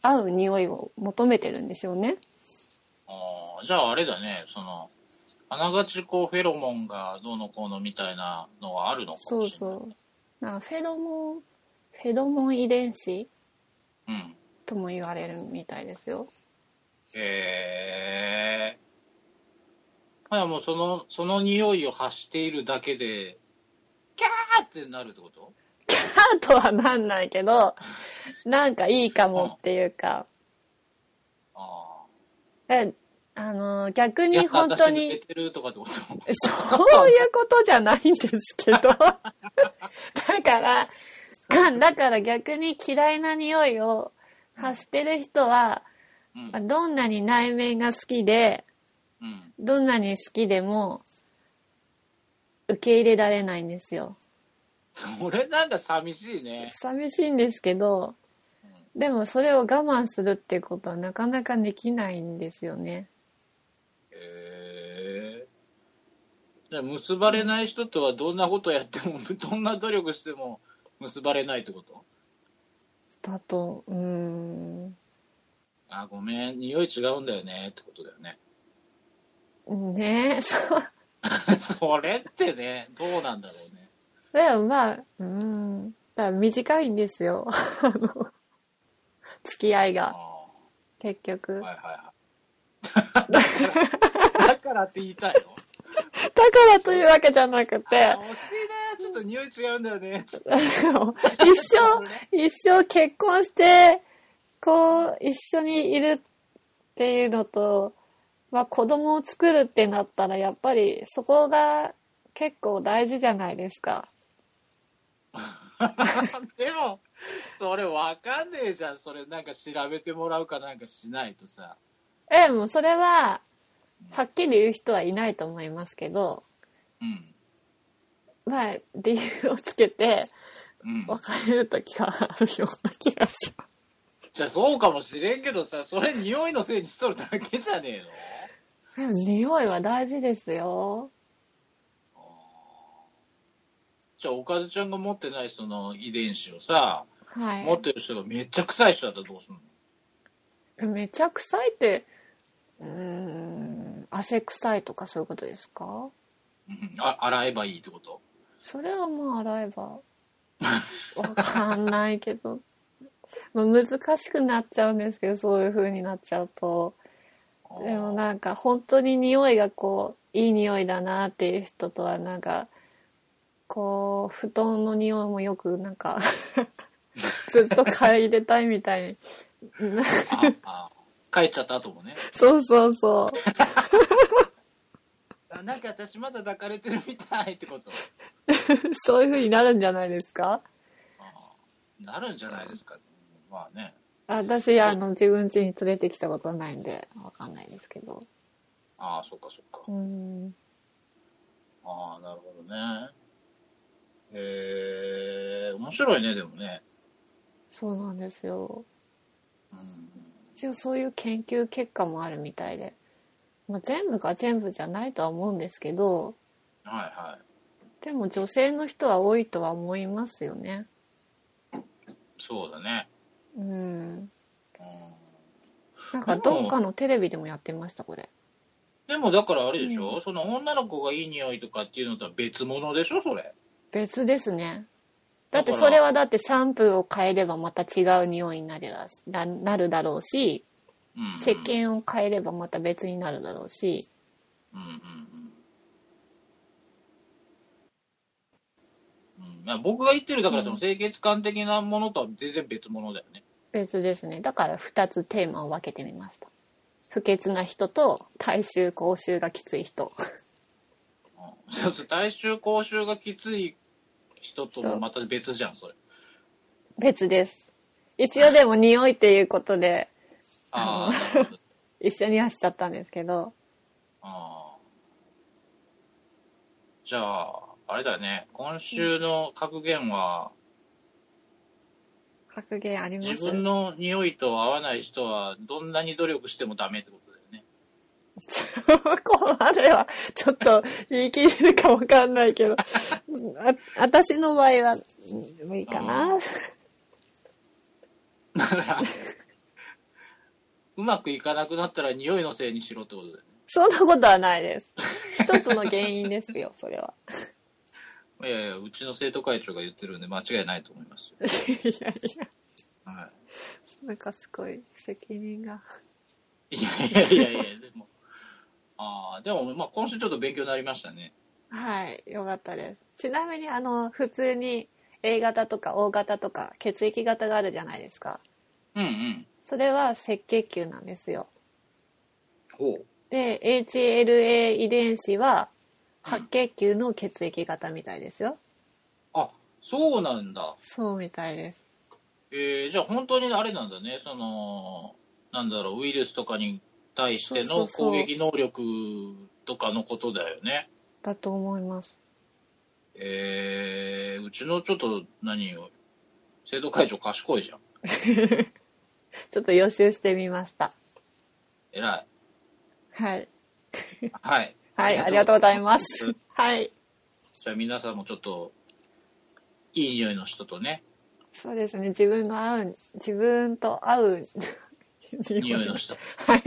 [SPEAKER 2] 合う匂いを求めてるんですよね
[SPEAKER 1] あーじゃああれだね、その、あながちこうフェロモンがどうのこうのみたいなのはあるのか
[SPEAKER 2] そ
[SPEAKER 1] も
[SPEAKER 2] う
[SPEAKER 1] しれない。う
[SPEAKER 2] そうなんかフェロモンフェロモン遺伝子
[SPEAKER 1] そう。うん。
[SPEAKER 2] とも言われるみたいですよ
[SPEAKER 1] へえ。まあもうその、その匂いを発しているだけで、キャーってなるってこと
[SPEAKER 2] ハートはなんないけど、なんかいいかもっていうか、
[SPEAKER 1] あ
[SPEAKER 2] えあの、逆
[SPEAKER 1] あ。
[SPEAKER 2] に本当
[SPEAKER 1] いや私
[SPEAKER 2] に
[SPEAKER 1] 寝、てるとかってこと
[SPEAKER 2] そういうことじゃないんですけど、だから、 だから逆に嫌いな匂いを発してる人は、
[SPEAKER 1] うん。
[SPEAKER 2] どんなに内面が好きで、
[SPEAKER 1] うん。
[SPEAKER 2] どんなに好きでも、受け入れられないんですよ。
[SPEAKER 1] それなんか寂しいね。
[SPEAKER 2] 寂しいんですけど、でもそれを我慢するってことはなかなかできないんですよね。
[SPEAKER 1] へえ。じゃあ結ばれない人とはどんなことやっても、 どんな努力しても結ばれないってこと
[SPEAKER 2] だと、うーん、
[SPEAKER 1] あ、ごめん、匂い違うんだよねってことだよね。
[SPEAKER 2] ねえ、 そう。
[SPEAKER 1] それってね、どうなんだろうね。
[SPEAKER 2] でもまあ、うーん、だから短いんですよ。あの付き合い
[SPEAKER 1] あ
[SPEAKER 2] が、
[SPEAKER 1] あ。
[SPEAKER 2] 結局。
[SPEAKER 1] はいはい はい。だからって言いたいの
[SPEAKER 2] だからというわけじゃなくて
[SPEAKER 1] あ、惜しいな、ちょっと匂い違うんだよね。 つって
[SPEAKER 2] あの一生、一生結婚して、こう、一緒にいるっていうのと、まあ子供を作るってなったら、やっぱりそこが結構大事じゃないですか。
[SPEAKER 1] でも、それわかんねえじゃん。それなんか調べてもらうかなんかしないとさ。
[SPEAKER 2] え、もうそれは、はっきり言う人はいないと思いますけど、
[SPEAKER 1] うん。
[SPEAKER 2] まあ、理由をつけて、
[SPEAKER 1] うん、
[SPEAKER 2] 別れるときはあるような気がします。
[SPEAKER 1] じゃあそうかもしれんけどさ、それ匂いのせいにしとるだけじゃねえの
[SPEAKER 2] でも匂いは大事ですよ。
[SPEAKER 1] じゃあ、おかずちゃんが持ってないその遺伝子をさ、
[SPEAKER 2] はい。
[SPEAKER 1] 持ってる人がめっちゃ臭い人だったらどうすんの
[SPEAKER 2] めちゃ臭いってうーん汗臭いとかそういうことですか
[SPEAKER 1] うん あ洗えばいいってこと
[SPEAKER 2] それはもう洗えばわかんないけど、 まあ、難しくなっちゃうんですけどそういう風になっちゃうとでも なんか本当に匂いがこういい匂いだなっていう人とはなんかこう布団の匂いもよくなんかずっと嗅い入れたいみたいにな
[SPEAKER 1] ああ帰っちゃった後もね。
[SPEAKER 2] そうそうそう
[SPEAKER 1] あなんか私まだ抱かれてるみたいってこと
[SPEAKER 2] そういう風になるんじゃないですか
[SPEAKER 1] あーなるんじゃないですか、まあね
[SPEAKER 2] 私、あの、自分家に連れてきたことないんで、わかんないですけど。
[SPEAKER 1] ああそっかそっか
[SPEAKER 2] うん。
[SPEAKER 1] ああなるほどねえー、面白いねでもね
[SPEAKER 2] そうなんですよ。
[SPEAKER 1] うん
[SPEAKER 2] 一応そういう研究結果もあるみたいで。まあ、全部が全部じゃないとは思うんですけど、
[SPEAKER 1] はいはい
[SPEAKER 2] でも女性の人は多いとは思いますよね。
[SPEAKER 1] そうだね
[SPEAKER 2] う
[SPEAKER 1] う
[SPEAKER 2] ん。
[SPEAKER 1] ん
[SPEAKER 2] なんかどっかのテレビでもやってました、これ。
[SPEAKER 1] でもだからあれでしょ、その女の子がいい匂いとかっていうのとは別物でしょそれ
[SPEAKER 2] 別ですね。だってそれはだってシャンプーを変えればまた違う匂いになるだななるだろうし、
[SPEAKER 1] うんうん
[SPEAKER 2] 石鹸を変えればまた別になるだろうし、
[SPEAKER 1] うんうんうんうんまあ僕が言ってるだからその清潔感的なものとは全然別物だよね、
[SPEAKER 2] 別ですね。だから2つテーマを分けてみました。不潔な人と体臭口臭がきつい人。
[SPEAKER 1] うん、そうそう体臭口臭がきつい人ともまた別じゃんそれ
[SPEAKER 2] 別です。一応でも匂いっていうことで
[SPEAKER 1] ああなるほど
[SPEAKER 2] 一緒にはしちゃったんですけど、
[SPEAKER 1] ああじゃああれだね今週の格言は、
[SPEAKER 2] 格言あります
[SPEAKER 1] 自分の匂いと合わない人はどんなに努力してもダメってことだよね
[SPEAKER 2] こまでは、ちょっと言い切れるかわかんないけど、あ私の場合は、うんいいかな。
[SPEAKER 1] だからうまくいかなくなったら匂いのせいにしろってことだよね
[SPEAKER 2] そんなことはないです。一つの原因ですよ、それは。
[SPEAKER 1] いやいや、うちの生徒会長が言ってるんで間違いないと思います よ。
[SPEAKER 2] いやいや、
[SPEAKER 1] は
[SPEAKER 2] なんかすごい責任が。
[SPEAKER 1] い、いやいやいやいや、でも、ああ、でも、まあ、今週ちょっと勉強になりましたね。
[SPEAKER 2] はい、よかったです。ちなみに、あの、普通に A 型とか O 型とか血液型があるじゃないですか。
[SPEAKER 1] うんうん。
[SPEAKER 2] それは赤血球なんですよ。
[SPEAKER 1] ほう。
[SPEAKER 2] で、HLA 遺伝子は白血球の血液型みたいですよ。
[SPEAKER 1] あ、そうなんだ。
[SPEAKER 2] そうみたいです。
[SPEAKER 1] えー、じゃあ本当にあれなんだね、その、なんだろう、ウイルスとかに対して
[SPEAKER 2] そ
[SPEAKER 1] の
[SPEAKER 2] うそうそ
[SPEAKER 1] 攻
[SPEAKER 2] う
[SPEAKER 1] 撃能力とかのことだよね。
[SPEAKER 2] だと思います。
[SPEAKER 1] えー、うちのちょっと、何よ、生徒会長賢いじゃん。
[SPEAKER 2] ちょっと予習してみました。
[SPEAKER 1] 偉
[SPEAKER 2] はい。
[SPEAKER 1] い。はい。
[SPEAKER 2] はい、ありがとうございます。はい。
[SPEAKER 1] じゃあ皆さんもちょっと、いい匂いの人とね、
[SPEAKER 2] そうですね。自分の合う、自分と合う
[SPEAKER 1] 匂いの人。
[SPEAKER 2] はい。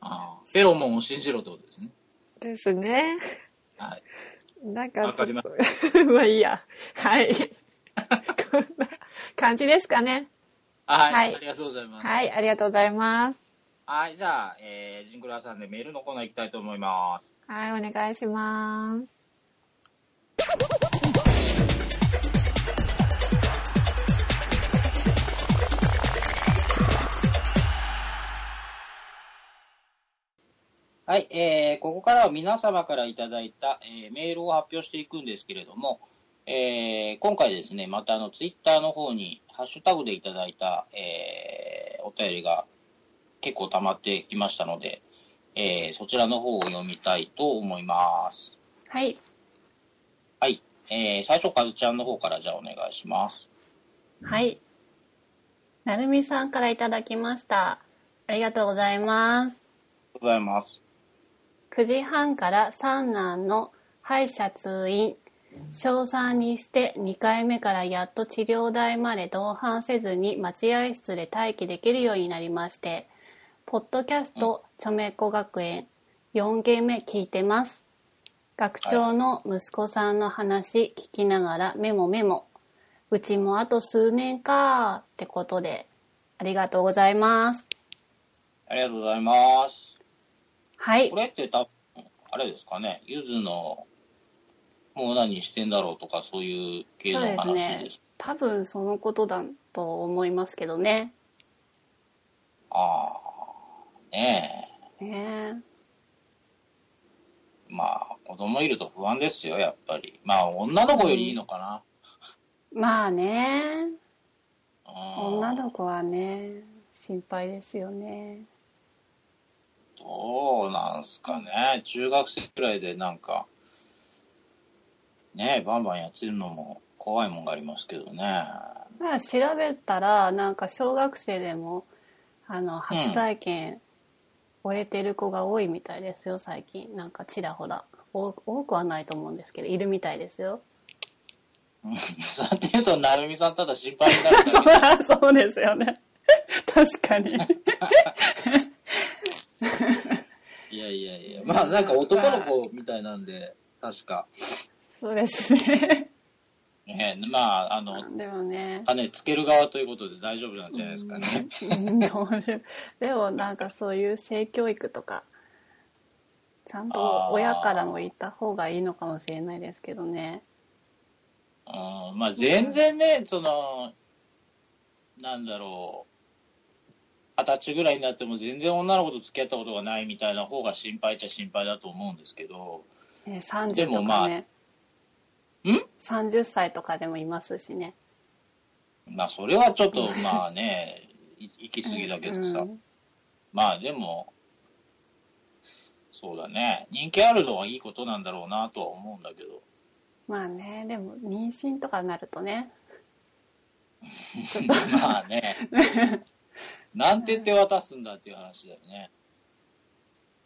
[SPEAKER 1] あーフェロモンを信じろってことですね。
[SPEAKER 2] ですね。
[SPEAKER 1] はい。
[SPEAKER 2] なんか
[SPEAKER 1] わかりま
[SPEAKER 2] まあいいや。はい。こんな感じですかね。
[SPEAKER 1] はい。
[SPEAKER 2] はい
[SPEAKER 1] ありがとうございます。はい。
[SPEAKER 2] はい、ありがとうございます。
[SPEAKER 1] じゃあ、えー、ジンクラーさんでメールのコーナー行きたいと思います。
[SPEAKER 2] はい、お願いします。
[SPEAKER 1] はい。えー、ここからは皆様からいただいた、えーメールを発表していくんですけれども、えー、今回ですね、またあの、ツイッターの方に、ハッシュタグでいただいた、えー、お便りが結構溜まってきましたので、えー、そちらの方を読みたいと思います。
[SPEAKER 2] はい。
[SPEAKER 1] はい。えー、最初、かずちゃんの方からじゃあお願いします。
[SPEAKER 2] はい。なるみさんからいただきました。ありがとうござい
[SPEAKER 1] ありが
[SPEAKER 2] ます。
[SPEAKER 1] とうございます。
[SPEAKER 2] 9時半から三男の歯医者通院小3にして2回目からやっと治療代まで同伴せずに待合室で待機できるようになりましてポッドキャスト「ちょめっこ学園」4件目聞いてます学長の息子さんの話聞きながらメモメモうちもあと数年かーってことでありがとうございます
[SPEAKER 1] ありがとうございます。
[SPEAKER 2] はい
[SPEAKER 1] これってた、あれですかね、ゆずの、もう何してんだろうとか、そういう系の話です。
[SPEAKER 2] そうですね多分そのことだと思いますけどね。
[SPEAKER 1] ああ、ね
[SPEAKER 2] ね
[SPEAKER 1] まあ、子供いると不安ですよ、やっぱり。まあ、女の子よりいいのか
[SPEAKER 3] まあね
[SPEAKER 1] な。うん
[SPEAKER 3] 女の子はね心配ですよね
[SPEAKER 1] どうなんすかね。中学生くらいでなんか、ねえ、バンバンやってるのも怖いもんがありますけどね。
[SPEAKER 3] まあ調べたらなんか小学生でもあの初体験終えてる子が多いみたいですよ最近なんかちらほら多多くはないと思うんですけどいるみたいです よ
[SPEAKER 1] そうっていうと、なるみさんただ心配になるだけで
[SPEAKER 3] そうですよね確かに
[SPEAKER 1] いやいやいや、まあなんか男の子みたいなんで、確か。
[SPEAKER 3] そうです ね
[SPEAKER 1] ねえまあ、あの、
[SPEAKER 3] でもね
[SPEAKER 1] 種つける側ということで大丈夫なんじゃないですかね。
[SPEAKER 3] うんどうででもなんかそういう性教育とかちゃんと親からも言った方がいいのかもしれないですけどね
[SPEAKER 1] うん、まあ全然ね、その、なんだろう、二十歳ぐらいになっても全然女の子と付き合ったことがないみたいな方が心配っちゃ心配だと思うんですけど、
[SPEAKER 3] ね30
[SPEAKER 1] でも
[SPEAKER 3] と
[SPEAKER 1] ま
[SPEAKER 3] か
[SPEAKER 1] あ
[SPEAKER 3] ね、
[SPEAKER 1] ん
[SPEAKER 3] 30歳とかでもいますしね
[SPEAKER 1] まあそれはちょっとまあね、い行き過ぎだけどさ、
[SPEAKER 3] うん
[SPEAKER 1] まあでも、そうだね、人気あるのはいいことなんだろうなとは思うんだけど、
[SPEAKER 3] まあねでも妊娠とかになるとね
[SPEAKER 1] まあね。なんて言って渡すんだっていう話だよね。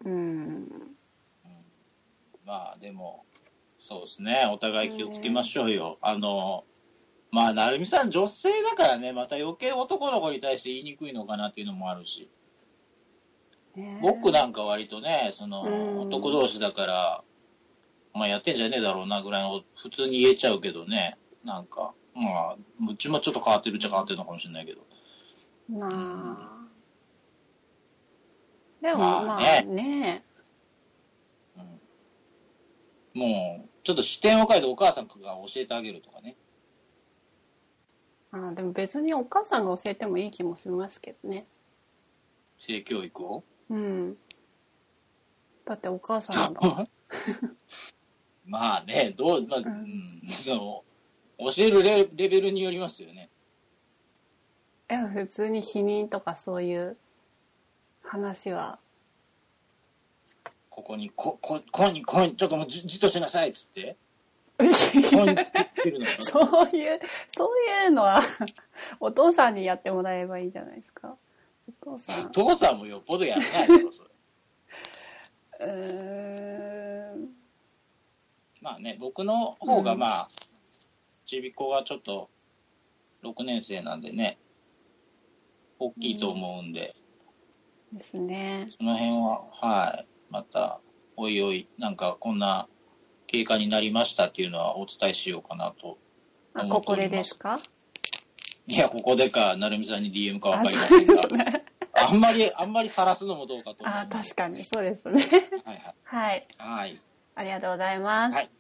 [SPEAKER 3] うん
[SPEAKER 1] まあでも、そうですね。お互い気をつけましょうよ。あの、まあ、なるみさん女性だからね、また余計男の子に対して言いにくいのかなっていうのもあるし、
[SPEAKER 3] ね
[SPEAKER 1] 僕なんか割とね、その、
[SPEAKER 3] うん
[SPEAKER 1] 男同士だから、まあやってんじゃねえだろうなぐらいの、普通に言えちゃうけどね、なんか、まあ、うちもちょっと変わってるっちゃ変わってるのかもしれないけど。
[SPEAKER 3] なあでも
[SPEAKER 1] まあ
[SPEAKER 3] まあ
[SPEAKER 1] ね
[SPEAKER 3] ね
[SPEAKER 1] もう、ちょっと視点を変えてお母さんが教えてあげるとかね。
[SPEAKER 3] あでも別にお母さんが教えてもいい気もしますけどね
[SPEAKER 1] 性教 育を
[SPEAKER 3] うん。だってお母さんなんだもん
[SPEAKER 1] まあね、どう、まあ、う
[SPEAKER 3] うん
[SPEAKER 1] ん、その、教えるレレベルによりますよね。
[SPEAKER 3] え、普通に否認とかそういう話は。
[SPEAKER 1] ここに、こ、こ、こに、こに、ちょっともうじ、じっとしなさいっつって。こ に
[SPEAKER 3] そ
[SPEAKER 1] つけるのか
[SPEAKER 3] ういう、そういうのは、 お父さんにやってもらえばいいじゃないですか。お父さん。
[SPEAKER 1] 父さんもよっぽどやらないだろ、それ。
[SPEAKER 3] うーん。
[SPEAKER 1] まあね、僕の方が
[SPEAKER 3] うん
[SPEAKER 1] まあ、ちびっ子がちょっと、6年生なんでね、大きいと思うんで、
[SPEAKER 3] ですね。
[SPEAKER 1] その辺は、はい、また、おいおい、なんかこんな経過になりましたっていうのはお伝えしようかなと。
[SPEAKER 3] あ、
[SPEAKER 1] 思
[SPEAKER 3] こ
[SPEAKER 1] って
[SPEAKER 3] こ
[SPEAKER 1] お
[SPEAKER 3] で
[SPEAKER 1] り
[SPEAKER 3] で
[SPEAKER 1] ます
[SPEAKER 3] か
[SPEAKER 1] いや、ここでか、なるみさんに DM かわ
[SPEAKER 3] あ、
[SPEAKER 1] かりま
[SPEAKER 3] そ
[SPEAKER 1] せ
[SPEAKER 3] うんで
[SPEAKER 1] が
[SPEAKER 3] す、ね。
[SPEAKER 1] あんまり、あんまり晒すのもどうかと思う。
[SPEAKER 3] あ、確かに、そうですね。
[SPEAKER 1] はいはい。
[SPEAKER 3] はい。
[SPEAKER 1] はい。
[SPEAKER 3] ありがとうございます。
[SPEAKER 1] はい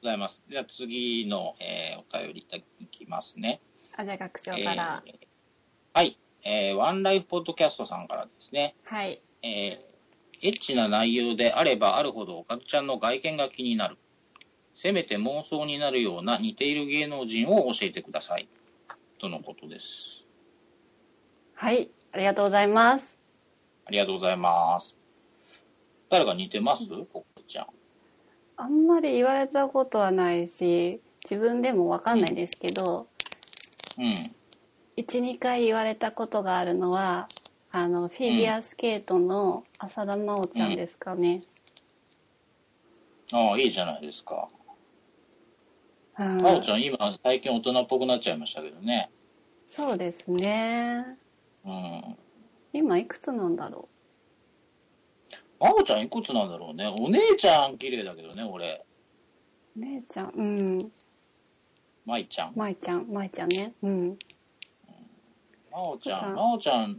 [SPEAKER 1] ございます。じゃあ次の、えーお便りいきますね。
[SPEAKER 3] あ、じゃあ学長から。
[SPEAKER 1] えーはい。えーワンライフポッドキャストさんからですね。
[SPEAKER 3] はい。
[SPEAKER 1] えーエッチな内容であればあるほどおかずちゃんの外見が気になる。せめて妄想になるような似ている芸能人を教えてください。とのことです。
[SPEAKER 3] はい。ありがとうございます。
[SPEAKER 1] ありがとうございます。誰か似てますこっちゃん。
[SPEAKER 3] あんまり言われたことはないし自分でもわかんないですけど、
[SPEAKER 1] うん。
[SPEAKER 3] 12回言われたことがあるのはあのフィギュアスケートの浅田真央ちゃんですかね、
[SPEAKER 1] ああ、いいじゃないですか。
[SPEAKER 3] うん
[SPEAKER 1] あおちゃん、今、最近大人っぽくなっちゃいましたけどね。
[SPEAKER 3] そうですね
[SPEAKER 1] うん。
[SPEAKER 3] 今いくつなんだろ
[SPEAKER 1] あおちゃん、いくつなんだろうね。お姉ちゃん、綺麗だけどね、俺。
[SPEAKER 3] う姉ちゃんうん
[SPEAKER 1] まいちゃん。
[SPEAKER 3] 舞ちゃん舞ちゃんねうん
[SPEAKER 1] まお
[SPEAKER 3] お
[SPEAKER 1] ち
[SPEAKER 3] ち
[SPEAKER 1] ゃ
[SPEAKER 3] ゃ
[SPEAKER 1] ん、
[SPEAKER 3] ん
[SPEAKER 1] まおちゃん、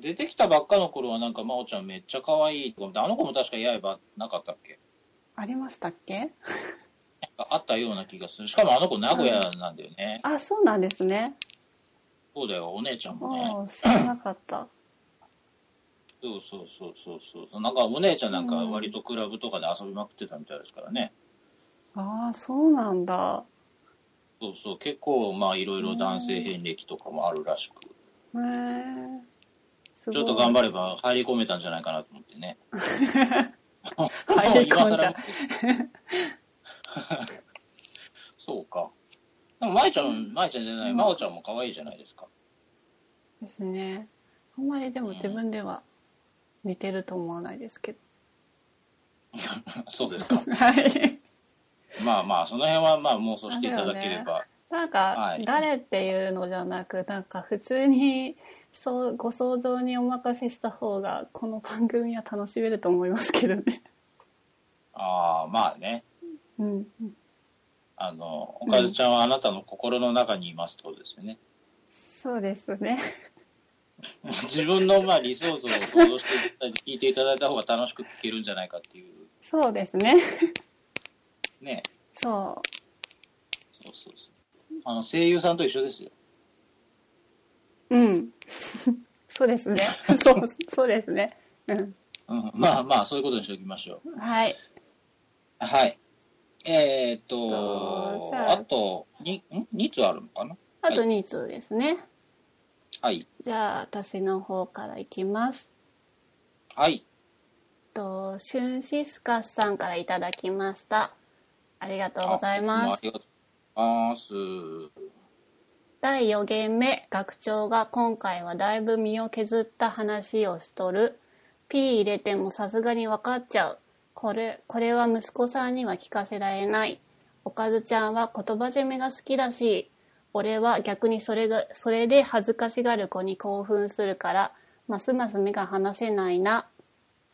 [SPEAKER 1] 出てきたばっかの頃は、なんか、まおちゃん、めっちゃ可愛いとか思って、あの子も確か刃なかったっけ
[SPEAKER 3] ありましたっけ
[SPEAKER 1] なんかあったような気がする。しかも、あの子、名古屋なんだよね。
[SPEAKER 3] あそうなんですね
[SPEAKER 1] そうだよ、お姉ちゃんもね。
[SPEAKER 3] ああ知らなかった
[SPEAKER 1] そそうそうそうそうそう。なんかお姉ちゃんなんか割とクラブとかで遊びまくってたみたいですからね。
[SPEAKER 3] ああ、そうなんだ。
[SPEAKER 1] そうそう、結構まあいろいろ男性遍歴とかもあるらしく、
[SPEAKER 3] へえ。ち
[SPEAKER 1] ちょっと頑張れば入り込めたんじゃないかなと思ってね。
[SPEAKER 3] 入り込んだ
[SPEAKER 1] そうか。でも舞ちゃん、舞ちゃんじゃない、真央ちゃんも可愛いじゃないですか。
[SPEAKER 3] ですね。あんまりでも自分では似てると思わないですけ
[SPEAKER 1] そうですか。
[SPEAKER 3] ど。はい。
[SPEAKER 1] まあまあ、その辺はまあ妄想していただければ。
[SPEAKER 3] なん
[SPEAKER 1] は
[SPEAKER 3] か
[SPEAKER 1] い
[SPEAKER 3] 誰っていうのじゃなく、なんか普通にそうご想像にお任せした方がこの番組は楽しめると思いますけどね。
[SPEAKER 1] ああ、まあね。
[SPEAKER 3] うん。
[SPEAKER 1] あの、おかずちゃんはあなたの心の中にいますってことですよね。
[SPEAKER 3] そうですね。
[SPEAKER 1] 自分のまあ理想像を想像していただいて聞いていただいた方が楽しく聞けるんじゃないかっていう。
[SPEAKER 3] そうですね。
[SPEAKER 1] ね。
[SPEAKER 3] そ
[SPEAKER 1] そうそうそう。あの、声優さんと一緒ですよ。
[SPEAKER 3] う。うん。 そうです ね。そうそうですね。うん。
[SPEAKER 1] うん。まあまあ、そういうことにしておきましょう。
[SPEAKER 3] はい。
[SPEAKER 1] はい。えー、っ
[SPEAKER 3] そう、
[SPEAKER 1] と
[SPEAKER 3] じゃあ
[SPEAKER 1] あと、に、ん ?2 通あるのかな
[SPEAKER 3] あと2通ですね。
[SPEAKER 1] はい。
[SPEAKER 3] じゃあ私の方からいきます。
[SPEAKER 1] はい。
[SPEAKER 3] とシュンシスカスさんからいただきました。ありがとうござい
[SPEAKER 1] あ
[SPEAKER 3] ます
[SPEAKER 1] つ。もありがとうございます。
[SPEAKER 3] 第4限目学長が今回はだいぶ身を削った話をしとる P 入れてもさすがに分かっちゃうこれこれは息子さんには聞かせられないおかずちゃんは言葉攻めが好きだし俺は逆にそれがそれで恥ずかしがる子に興奮するからますます目が離せないなっ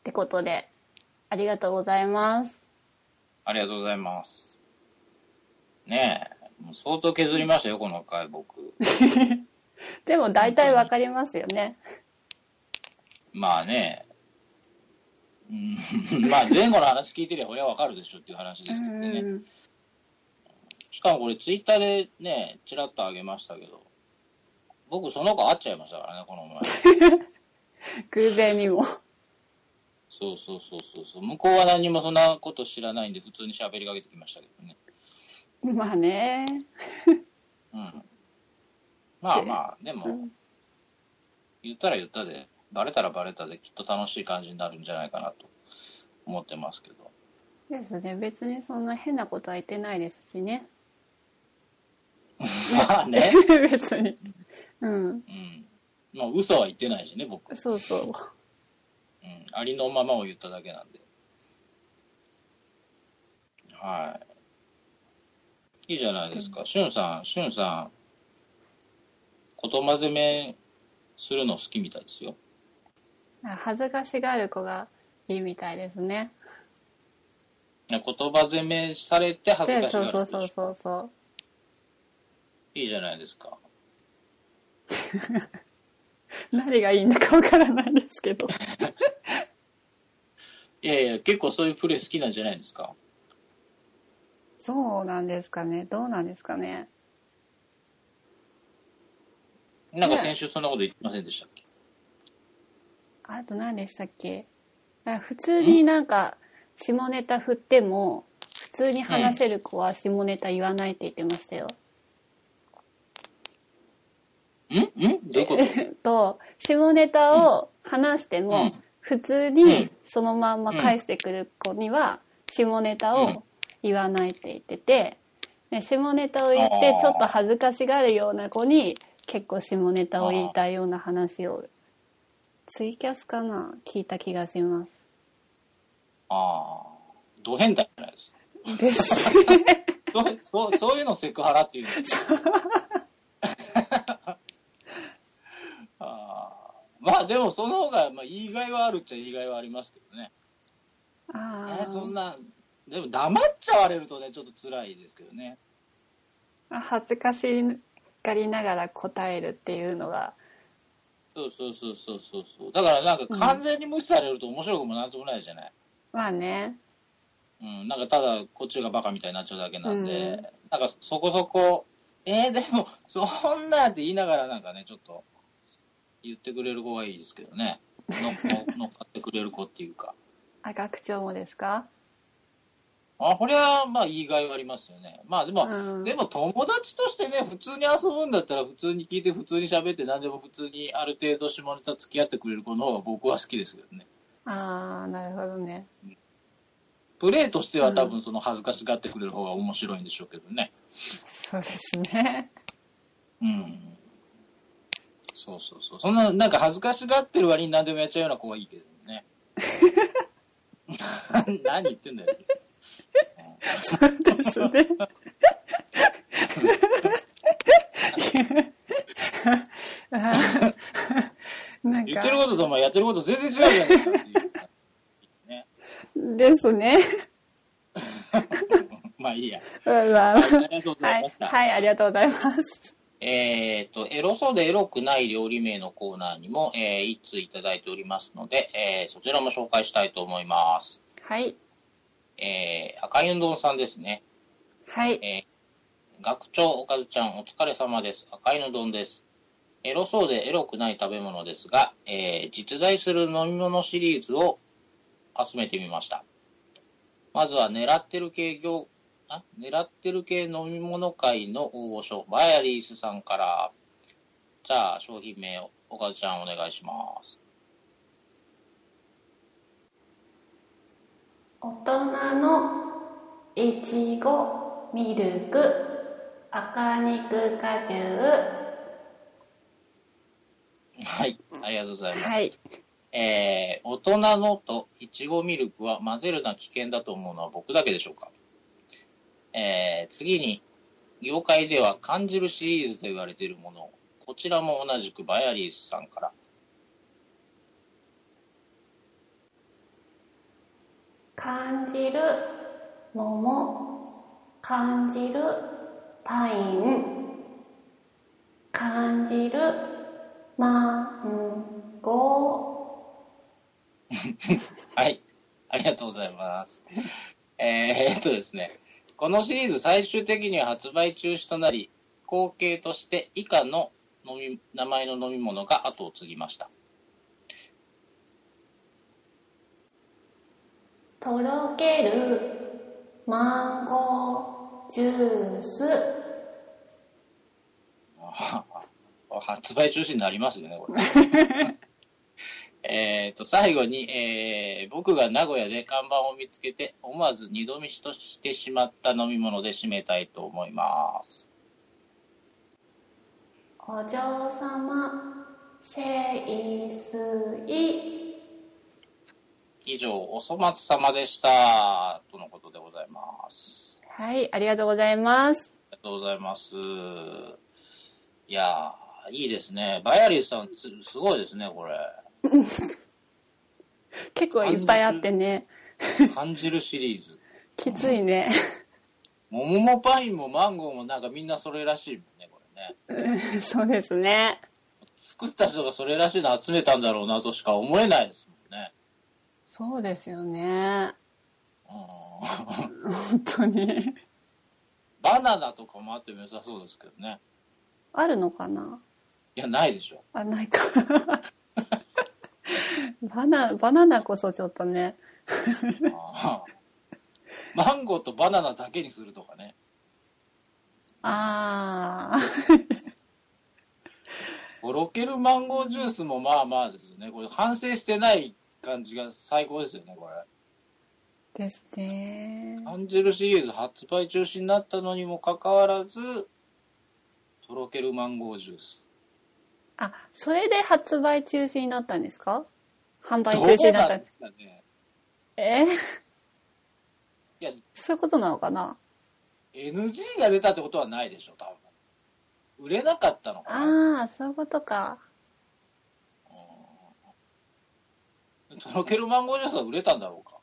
[SPEAKER 3] てことでありがとうございます
[SPEAKER 1] ありがとうございます。ねえ。もう相当削りましたよ、この回、僕。
[SPEAKER 3] でも大体分かりますよね
[SPEAKER 1] まあね、うん、 まあ前後の話聞いてりゃ、俺はわかるでしょっていう話ですけどね。
[SPEAKER 3] うん
[SPEAKER 1] しかもこれ、ツイッターでね、ちらっとあげましたけど、僕、その子会っちゃいましたからね、この前。
[SPEAKER 3] 偶然にも
[SPEAKER 1] そうそうそうそうそう。向こうは何もそんなこと知らないんで、普通に喋りかけてきましたけどね。
[SPEAKER 3] まあね
[SPEAKER 1] うん。まあまあ、でも、言ったら言ったで、バレたらバレたで、きっと楽しい感じになるんじゃないかなと思ってますけど。
[SPEAKER 3] ですね別にそんな変なことは言ってないですし ね
[SPEAKER 1] まあね。
[SPEAKER 3] 別にうん
[SPEAKER 1] うん。まあ、嘘は言ってないしね、僕。
[SPEAKER 3] そうそう
[SPEAKER 1] うん、ありのままを言っただけなんで。はい。いいじゃないですか。しゅんさん、しゅんさん、言葉攻めするの好きみたいですよ。
[SPEAKER 3] 恥ずかしがる子がいいみたいですね
[SPEAKER 1] 言葉攻めされて恥ず
[SPEAKER 3] で
[SPEAKER 1] かしが
[SPEAKER 3] そう
[SPEAKER 1] る
[SPEAKER 3] そ
[SPEAKER 1] で
[SPEAKER 3] う
[SPEAKER 1] しょ
[SPEAKER 3] そうそうそう
[SPEAKER 1] いいじゃないですか。
[SPEAKER 3] 何がいいんだかわからないですけど
[SPEAKER 1] いやいや、結構そういうプレイ好きなんじゃないですか。
[SPEAKER 3] そうなんですかねどうなんですかね
[SPEAKER 1] なんか先週そんなこと言ってませんでしたっけ、
[SPEAKER 3] あと何でしたっけあ普通になんか下ネタ振っても普通に話せる子は下ネタ言わないって言ってましたよ、
[SPEAKER 1] んんど ういうこと
[SPEAKER 3] と下ネタを話して
[SPEAKER 1] う
[SPEAKER 3] も
[SPEAKER 1] ん
[SPEAKER 3] 普通
[SPEAKER 1] う
[SPEAKER 3] に
[SPEAKER 1] ん
[SPEAKER 3] そのまんま返してくる子には下ネタを言わないって言っててで下ネタを言って
[SPEAKER 1] あー
[SPEAKER 3] ちょっと恥ずかしがるような子に結構下ネタを言いたいような話をツイキャスかな聞いた気がします。
[SPEAKER 1] ああ、ド変態じゃないですか。
[SPEAKER 3] です。
[SPEAKER 1] どうそうそういうのセクハラっていうんですか あーまあでもその方がまあ言いがいはあるっちゃ言いがいはありますけどね、え
[SPEAKER 3] あ
[SPEAKER 1] ーそん
[SPEAKER 3] ー
[SPEAKER 1] なでも黙っちゃわれるとねちょっと辛いですけどね
[SPEAKER 3] あ 恥ずかしがりながら答えるっていうのが
[SPEAKER 1] そうそうそうそうそうそうだからなんか完全に無視されると面白くもなんともないじゃない、
[SPEAKER 3] まあね
[SPEAKER 1] うん、なんかただこっちがバカみたいになっちゃうだけなんで、
[SPEAKER 3] うん
[SPEAKER 1] なんかそこそこえー、でも そんなんって言いながらなんかねちょっと言ってくれる子がいいですけどね の乗っかってくれる子っていうか。
[SPEAKER 3] あ、学長もですか
[SPEAKER 1] あ、これは、まあ、言いがいはありますよね。まあ、でも、
[SPEAKER 3] うん
[SPEAKER 1] でも友達としてね、普通に遊ぶんだったら、普通に聞いて、普通に喋って、何でも普通にある程度下ネタ付き合ってくれる子の方が僕は好きですけどね。
[SPEAKER 3] ああ、なるほどね。
[SPEAKER 1] プレイとしては多分、その恥ずかしがってくれる方が面白いんでしょうけどね。
[SPEAKER 3] そうですね。
[SPEAKER 1] うん。そうそうそう。そんな、なんか恥ずかしがってる割に何でもやっちゃうような子はいいけど ね。何言ってんだよ。
[SPEAKER 3] ですね。なん
[SPEAKER 1] 言ってる
[SPEAKER 3] か、
[SPEAKER 1] こととお前やってること全然違うじゃないかっていう。ね。
[SPEAKER 3] ですね。
[SPEAKER 1] まあいいや。
[SPEAKER 3] うんまあ
[SPEAKER 1] ありがとうござ
[SPEAKER 3] はい
[SPEAKER 1] ま
[SPEAKER 3] い
[SPEAKER 1] し、た。
[SPEAKER 3] はい、ありがとうございます。
[SPEAKER 1] えー、と、エロそうでエロくない料理名のコーナーにも、えー、一通いただいておりますので、えーそちらも紹介したいと思います。
[SPEAKER 3] はい、
[SPEAKER 1] えー、赤い運動さんですね。
[SPEAKER 3] はい、
[SPEAKER 1] えー学長おかずちゃんお疲れ様です。赤いの丼です。エロそうでエロくない食べ物ですが、えー実在する飲み物シリーズを集めてみました。まずは狙ってる系業、あ狙ってる系飲み物会の大御所、バヤリースさんから。じゃあ、商品名をおかずちゃんお願いします。
[SPEAKER 3] 大人のいちごミルク赤肉果汁
[SPEAKER 1] はい、ありがとうございます。
[SPEAKER 3] はい
[SPEAKER 1] えー、大人のといちごミルクは混ぜるな危険だと思うのは僕だけでしょうか。えー、次に、業界では感じるシリーズと言われているもの、こちらも同じくバヤリースさんから。
[SPEAKER 3] 感じる桃感じるパイン感じるマンゴ
[SPEAKER 1] はい、ありがとうございます。 えー、えっとですね、このシリーズ最終的には発売中止となり、後継として以下の飲み名前の飲み物が後を継ぎました。
[SPEAKER 3] ーとろけるマンゴージュース
[SPEAKER 1] あ発売中止になりますよね、これ。えっと、最後に、えー僕が名古屋で看板を見つけて、思わず二度見しとしてしまった飲み物で締めたいと思います。
[SPEAKER 3] お嬢様聖水
[SPEAKER 1] 以上、お粗末様でした。とのことでございます。
[SPEAKER 2] はい、ありがとうございます。
[SPEAKER 1] ありがとうございます。いやー、いいですね。バイアリーさん、すすごいですね、これ。
[SPEAKER 2] 結構いっぱいあってね、
[SPEAKER 1] 感じるシリーズ。
[SPEAKER 2] きつ いね。
[SPEAKER 1] 桃もパインもマンゴーもなんかみんなそれらしいもんね、これね。
[SPEAKER 2] そうですね。
[SPEAKER 1] 作った人がそれらしいの集めたんだろうなとしか思えないですもんね。
[SPEAKER 3] そうですよね
[SPEAKER 1] うん
[SPEAKER 3] 本当に
[SPEAKER 1] バナナとかもあっても良さそうですけどね。
[SPEAKER 3] あるのかない
[SPEAKER 1] や、ないでしょ。
[SPEAKER 3] あないかバナバナナこそちょっとね
[SPEAKER 1] あーマンゴーとバナナだけにするとかね。
[SPEAKER 3] あ
[SPEAKER 1] とろけるマンゴージュースもまあまあですよね。これ反省してない感じが最高ですよね、これ。
[SPEAKER 3] ーですね
[SPEAKER 1] 感じるシリーズ発売中止になったのにもかかわらず、とろけるマンゴージュース。
[SPEAKER 3] あそれで発売中止になったんですか販売
[SPEAKER 1] ど
[SPEAKER 3] 中止
[SPEAKER 1] う
[SPEAKER 3] になっ
[SPEAKER 1] な
[SPEAKER 3] た
[SPEAKER 1] ん
[SPEAKER 3] ん
[SPEAKER 1] で
[SPEAKER 3] です
[SPEAKER 1] すかね。
[SPEAKER 3] え
[SPEAKER 1] いや、
[SPEAKER 3] そういうことなのかな
[SPEAKER 1] NG が出たってことはないでしょ、多分。売れなかったのかな。
[SPEAKER 3] ああそういうことか
[SPEAKER 1] うんとろけるマンゴージュースは売れたんだろうか。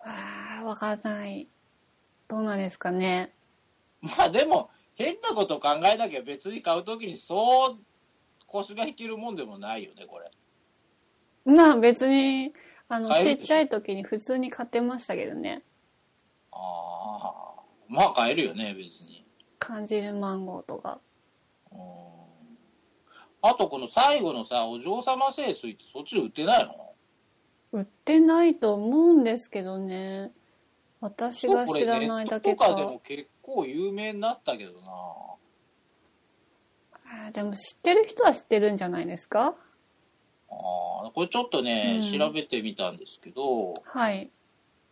[SPEAKER 3] ああわかんないどうなんですかね
[SPEAKER 1] まあでも、変なこと考えなきゃ別に買うときにそう腰が引けるもんでもないよね、これ。
[SPEAKER 3] まあ別にあの
[SPEAKER 1] 買える
[SPEAKER 3] ちっ
[SPEAKER 1] でしょ
[SPEAKER 3] ちゃい時に普通に買ってましたけどね
[SPEAKER 1] ああ。まあ買えるよね、別に。
[SPEAKER 3] 感じるマンゴーとか
[SPEAKER 1] うんあとこの最後のさ、お嬢様清水ってそっち売ってないの
[SPEAKER 3] 売ってないと思うんですけどね私が知らないだけ
[SPEAKER 1] そうこれ
[SPEAKER 3] か
[SPEAKER 1] ネットとかでも結構有名になったけどな。
[SPEAKER 3] あーでも知ってる人は知ってるんじゃないですか
[SPEAKER 1] あーこれちょっとね、
[SPEAKER 3] うん
[SPEAKER 1] 調べてみたんですけど、
[SPEAKER 3] はい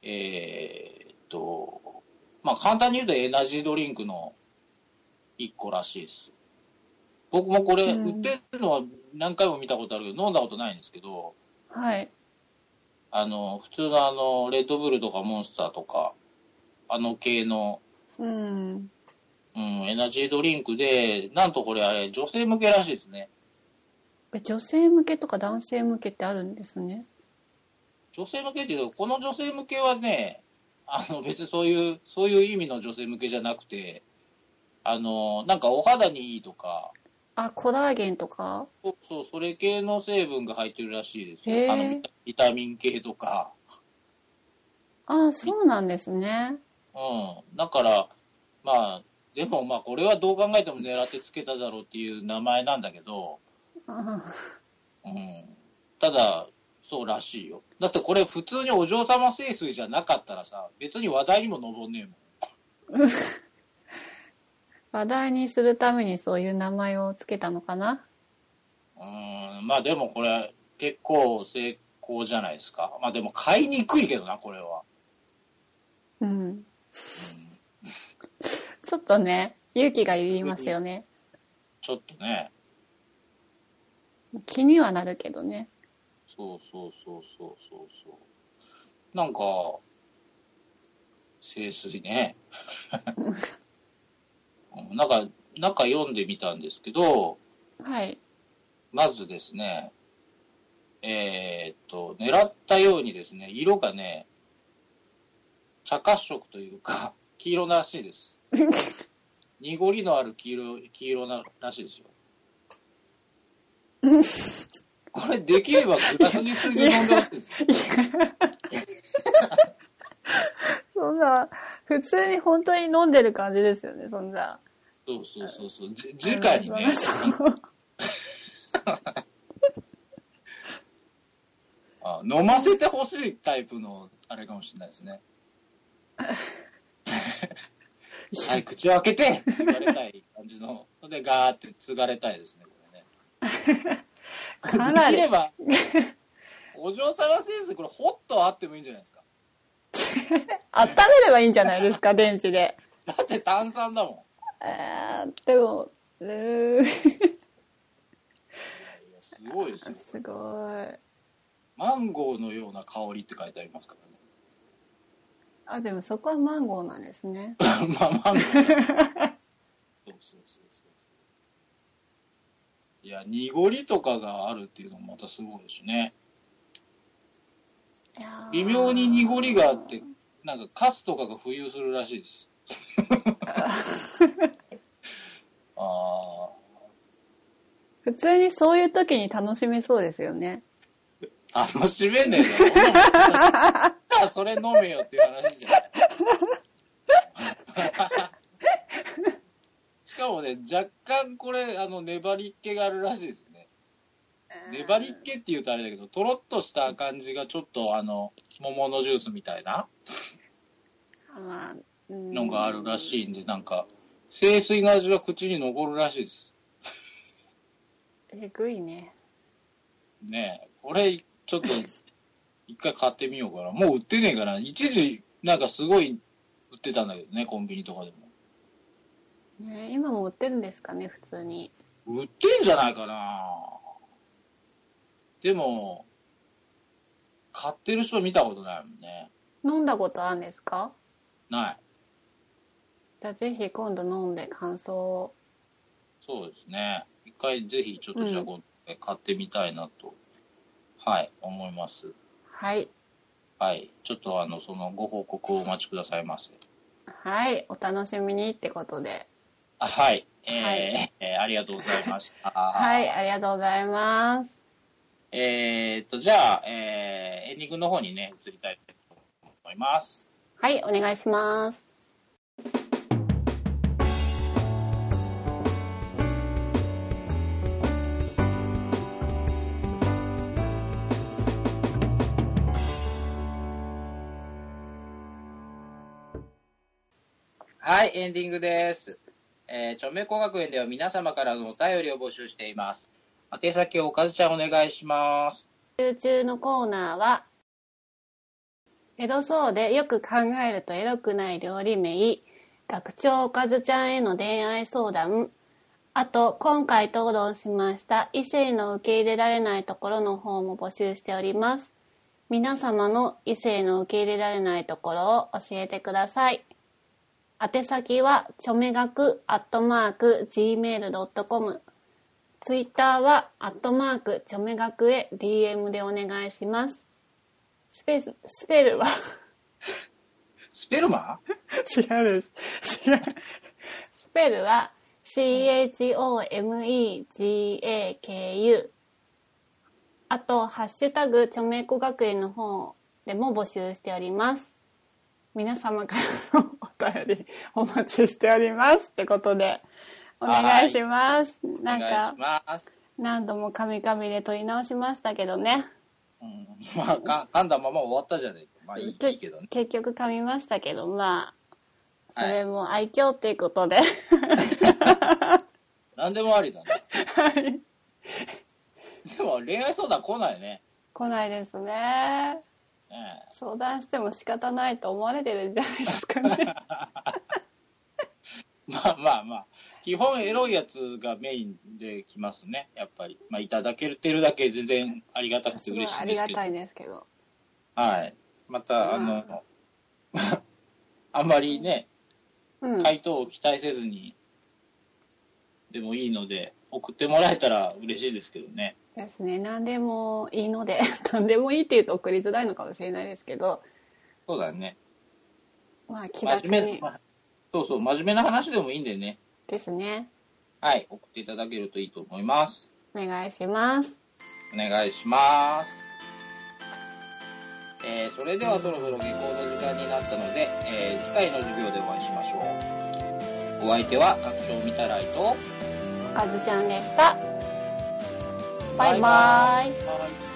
[SPEAKER 1] えーっと、まあ簡単に言うとエナジードリンクの一個らしいです。僕もこれ、
[SPEAKER 3] うん
[SPEAKER 1] 売ってるのは何回も見たことあるけど、飲んだことないんですけど、
[SPEAKER 3] はい
[SPEAKER 1] あの、普通のあの、レッドブルとかモンスターとか、あの系の、
[SPEAKER 3] うん
[SPEAKER 1] うん、エナジードリンクで、なんとこれあれ、女性向けらしいですね。
[SPEAKER 3] え女性向けとか男性向けってあるんですね
[SPEAKER 1] 女性向けっていうと、この女性向けはね、あの、別にそういう、そういう意味の女性向けじゃなくて、あの、なんかお肌にいいとか、
[SPEAKER 3] あコラーゲンとか
[SPEAKER 1] そうそう、それ系の成分が入ってるらしいです
[SPEAKER 3] へー
[SPEAKER 1] よ。あのビタ、ビタミン系とか。
[SPEAKER 3] ああそうなんですね
[SPEAKER 1] うん。だから、まあ、でもまあ、これはどう考えても狙ってつけただろうっていう名前なんだけど、
[SPEAKER 3] あ
[SPEAKER 1] うん。ただ、そうらしいよ。だってこれ普通にお嬢様清水じゃなかったらさ、別に話題にも上んねえもん。
[SPEAKER 3] ー話題にするためにそういう名前をつけたのかな
[SPEAKER 1] うーんまあでもこれ結構成功じゃないですかまあでも買いにくいけどなこれは
[SPEAKER 3] うん ちょっとね勇気がいりますよね
[SPEAKER 1] ちょっとね
[SPEAKER 3] 気にはなるけどね
[SPEAKER 1] そうそうそうそうそうそうなんか清水ねうんなんか中読んでみたんですけど
[SPEAKER 3] はい
[SPEAKER 1] まずですねえーっと狙ったようにですね色がね茶褐色というか 黄色らしいです濁りのある黄色黄色ならしいですよ。これできればグラスについて飲んでほしいですよ。
[SPEAKER 2] そんな、普通に本当に飲んでる感じですよね、そんな。
[SPEAKER 1] そうそうそうそう。じ直 にね。 あ飲ませてほしいタイプのあれかもしれないです ね。はい、口を開けてって言われたい感じの。で、ガーって継がれたいですね、これね。
[SPEAKER 2] かな
[SPEAKER 1] で
[SPEAKER 2] り
[SPEAKER 1] きれば、お嬢様先生、これ、ホットあってもいいんじゃないですか。
[SPEAKER 2] 温めればいいんじゃないですか、電池で。
[SPEAKER 1] だって炭酸だもん。
[SPEAKER 2] えー、でも、う ーんす
[SPEAKER 1] いやすごいですよ。
[SPEAKER 2] ごい。
[SPEAKER 1] マンゴーのような香りって書いてありますから
[SPEAKER 3] あでもそこはマンゴーなんですね
[SPEAKER 1] ね。 まあ、マンゴー。そうそうそうそう。いや、濁りとかがあるっていうのもまたすごいですね。
[SPEAKER 3] いやー
[SPEAKER 1] 微妙に濁りがあって、なんかカスとかが浮遊するらしいです。ああ
[SPEAKER 3] 普通にそういう時に楽しめそうですよね
[SPEAKER 1] 楽しめねえだろ。それ飲めよっていう話じゃない。しかもね、若干これ、あの、粘りっ気があるらしいですね。粘りっ気って言うとあれだけど、とろっとした感じがちょっと、あの、桃のジュースみたいな
[SPEAKER 3] まあうん
[SPEAKER 1] のがあるらしいんで、なんか、清水の味が口に残るらしいです。
[SPEAKER 3] えぐいね
[SPEAKER 1] ねえ、これ、ちょっと、一回買ってみようかな。もう売ってねえかな。一時、なんかすごい売ってたんだけどね、コンビニとかで
[SPEAKER 3] ね今も売ってるんですかね普通に
[SPEAKER 1] も。売ってんじゃないかな。でも、買ってる人見たことないもんね。
[SPEAKER 3] 飲んだことあるんですか
[SPEAKER 1] ない。
[SPEAKER 3] じゃあぜひ今度飲んで感想を
[SPEAKER 1] そうですね。一回ぜひ、ちょっとじゃあ、今度買ってみたいなと、はい、思います。
[SPEAKER 3] はい
[SPEAKER 1] はい。ちょっと、あの、その、ご報告をお待ちくださいませ。
[SPEAKER 3] はいお楽しみにってことで
[SPEAKER 1] あはい。えー
[SPEAKER 3] はい
[SPEAKER 1] えーありがとうございました。
[SPEAKER 3] はいありがとうございます
[SPEAKER 1] えーっと、じゃあ、えーエンディングの方にね、移りたいと思います。
[SPEAKER 3] はいお願いします
[SPEAKER 1] はい、エンディングです。えー、著名工学園では皆様からのお便りを募集しています。宛先をおかずちゃんお願いします。
[SPEAKER 2] 集中のコーナーはエロそうでよく考えるとエロくない料理名学長おかずちゃんへの恋愛相談あと今回討論しました異性の受け入れられないところの方も募集しております皆様の異性の受け入れられないところを教えてください宛先はちょめがくアットマーク gmail.com ツイッターは、アットマーク、チョメ学へ DM でお願いします。スペース、スペ ルは
[SPEAKER 1] スペルマ
[SPEAKER 4] 違うです。違う。
[SPEAKER 2] スペルは、CHOMEGAKU。あと、ハッシュタグ、チョメ子学園の方でも募集しております。皆様からのお便りお待ちしております。ってことで、お願いします。
[SPEAKER 1] お
[SPEAKER 2] な
[SPEAKER 1] 願い
[SPEAKER 2] んか
[SPEAKER 1] し、ます。
[SPEAKER 2] 何度もカミカミで撮り直しましたけどね。
[SPEAKER 1] うん、まあ、か噛んだまま終わったじゃねえかまあいいいいけどね。
[SPEAKER 2] 結局噛みましたけどまあ
[SPEAKER 1] は
[SPEAKER 2] そ
[SPEAKER 1] い
[SPEAKER 2] れも愛嬌っていうこ とで、
[SPEAKER 1] なんでもありだね。でも恋愛相談来ないね。
[SPEAKER 2] 来ないですね
[SPEAKER 1] ね
[SPEAKER 2] 相談しても仕方ないと思われてるんじゃないですかね
[SPEAKER 1] えまあまあまあ。基本エロいやつがメインで来ますね。やっぱり。まあいただけてるだけ全然ありがたくて
[SPEAKER 2] すごい
[SPEAKER 1] 嬉しい
[SPEAKER 2] あ
[SPEAKER 1] んで
[SPEAKER 2] り
[SPEAKER 1] す
[SPEAKER 2] が
[SPEAKER 1] けど
[SPEAKER 2] た。いですけど
[SPEAKER 1] はい。また、あの
[SPEAKER 2] う、
[SPEAKER 1] あんまりね、
[SPEAKER 2] うん
[SPEAKER 1] 回答を期待せずに、でもいいので、送ってもらえたら嬉しいですけどね。
[SPEAKER 2] ですね何でもいいので 何でもいいっていうと送りづらいのかもしれないですけど
[SPEAKER 1] そうだね。
[SPEAKER 2] まあ気楽
[SPEAKER 1] 真面目
[SPEAKER 2] に
[SPEAKER 1] な、そうそう、真面目な話でもいいんでね。
[SPEAKER 2] ですね
[SPEAKER 1] はい、送っていただけるといいと思います。
[SPEAKER 2] お願いします
[SPEAKER 1] お願いします。えーそれではそろそろ下校の時間になったので、えー次回の授業でお会いしましょう。お相手は、学長みたらいと、
[SPEAKER 2] おかずちゃんでしたバイバイ
[SPEAKER 1] バイバイ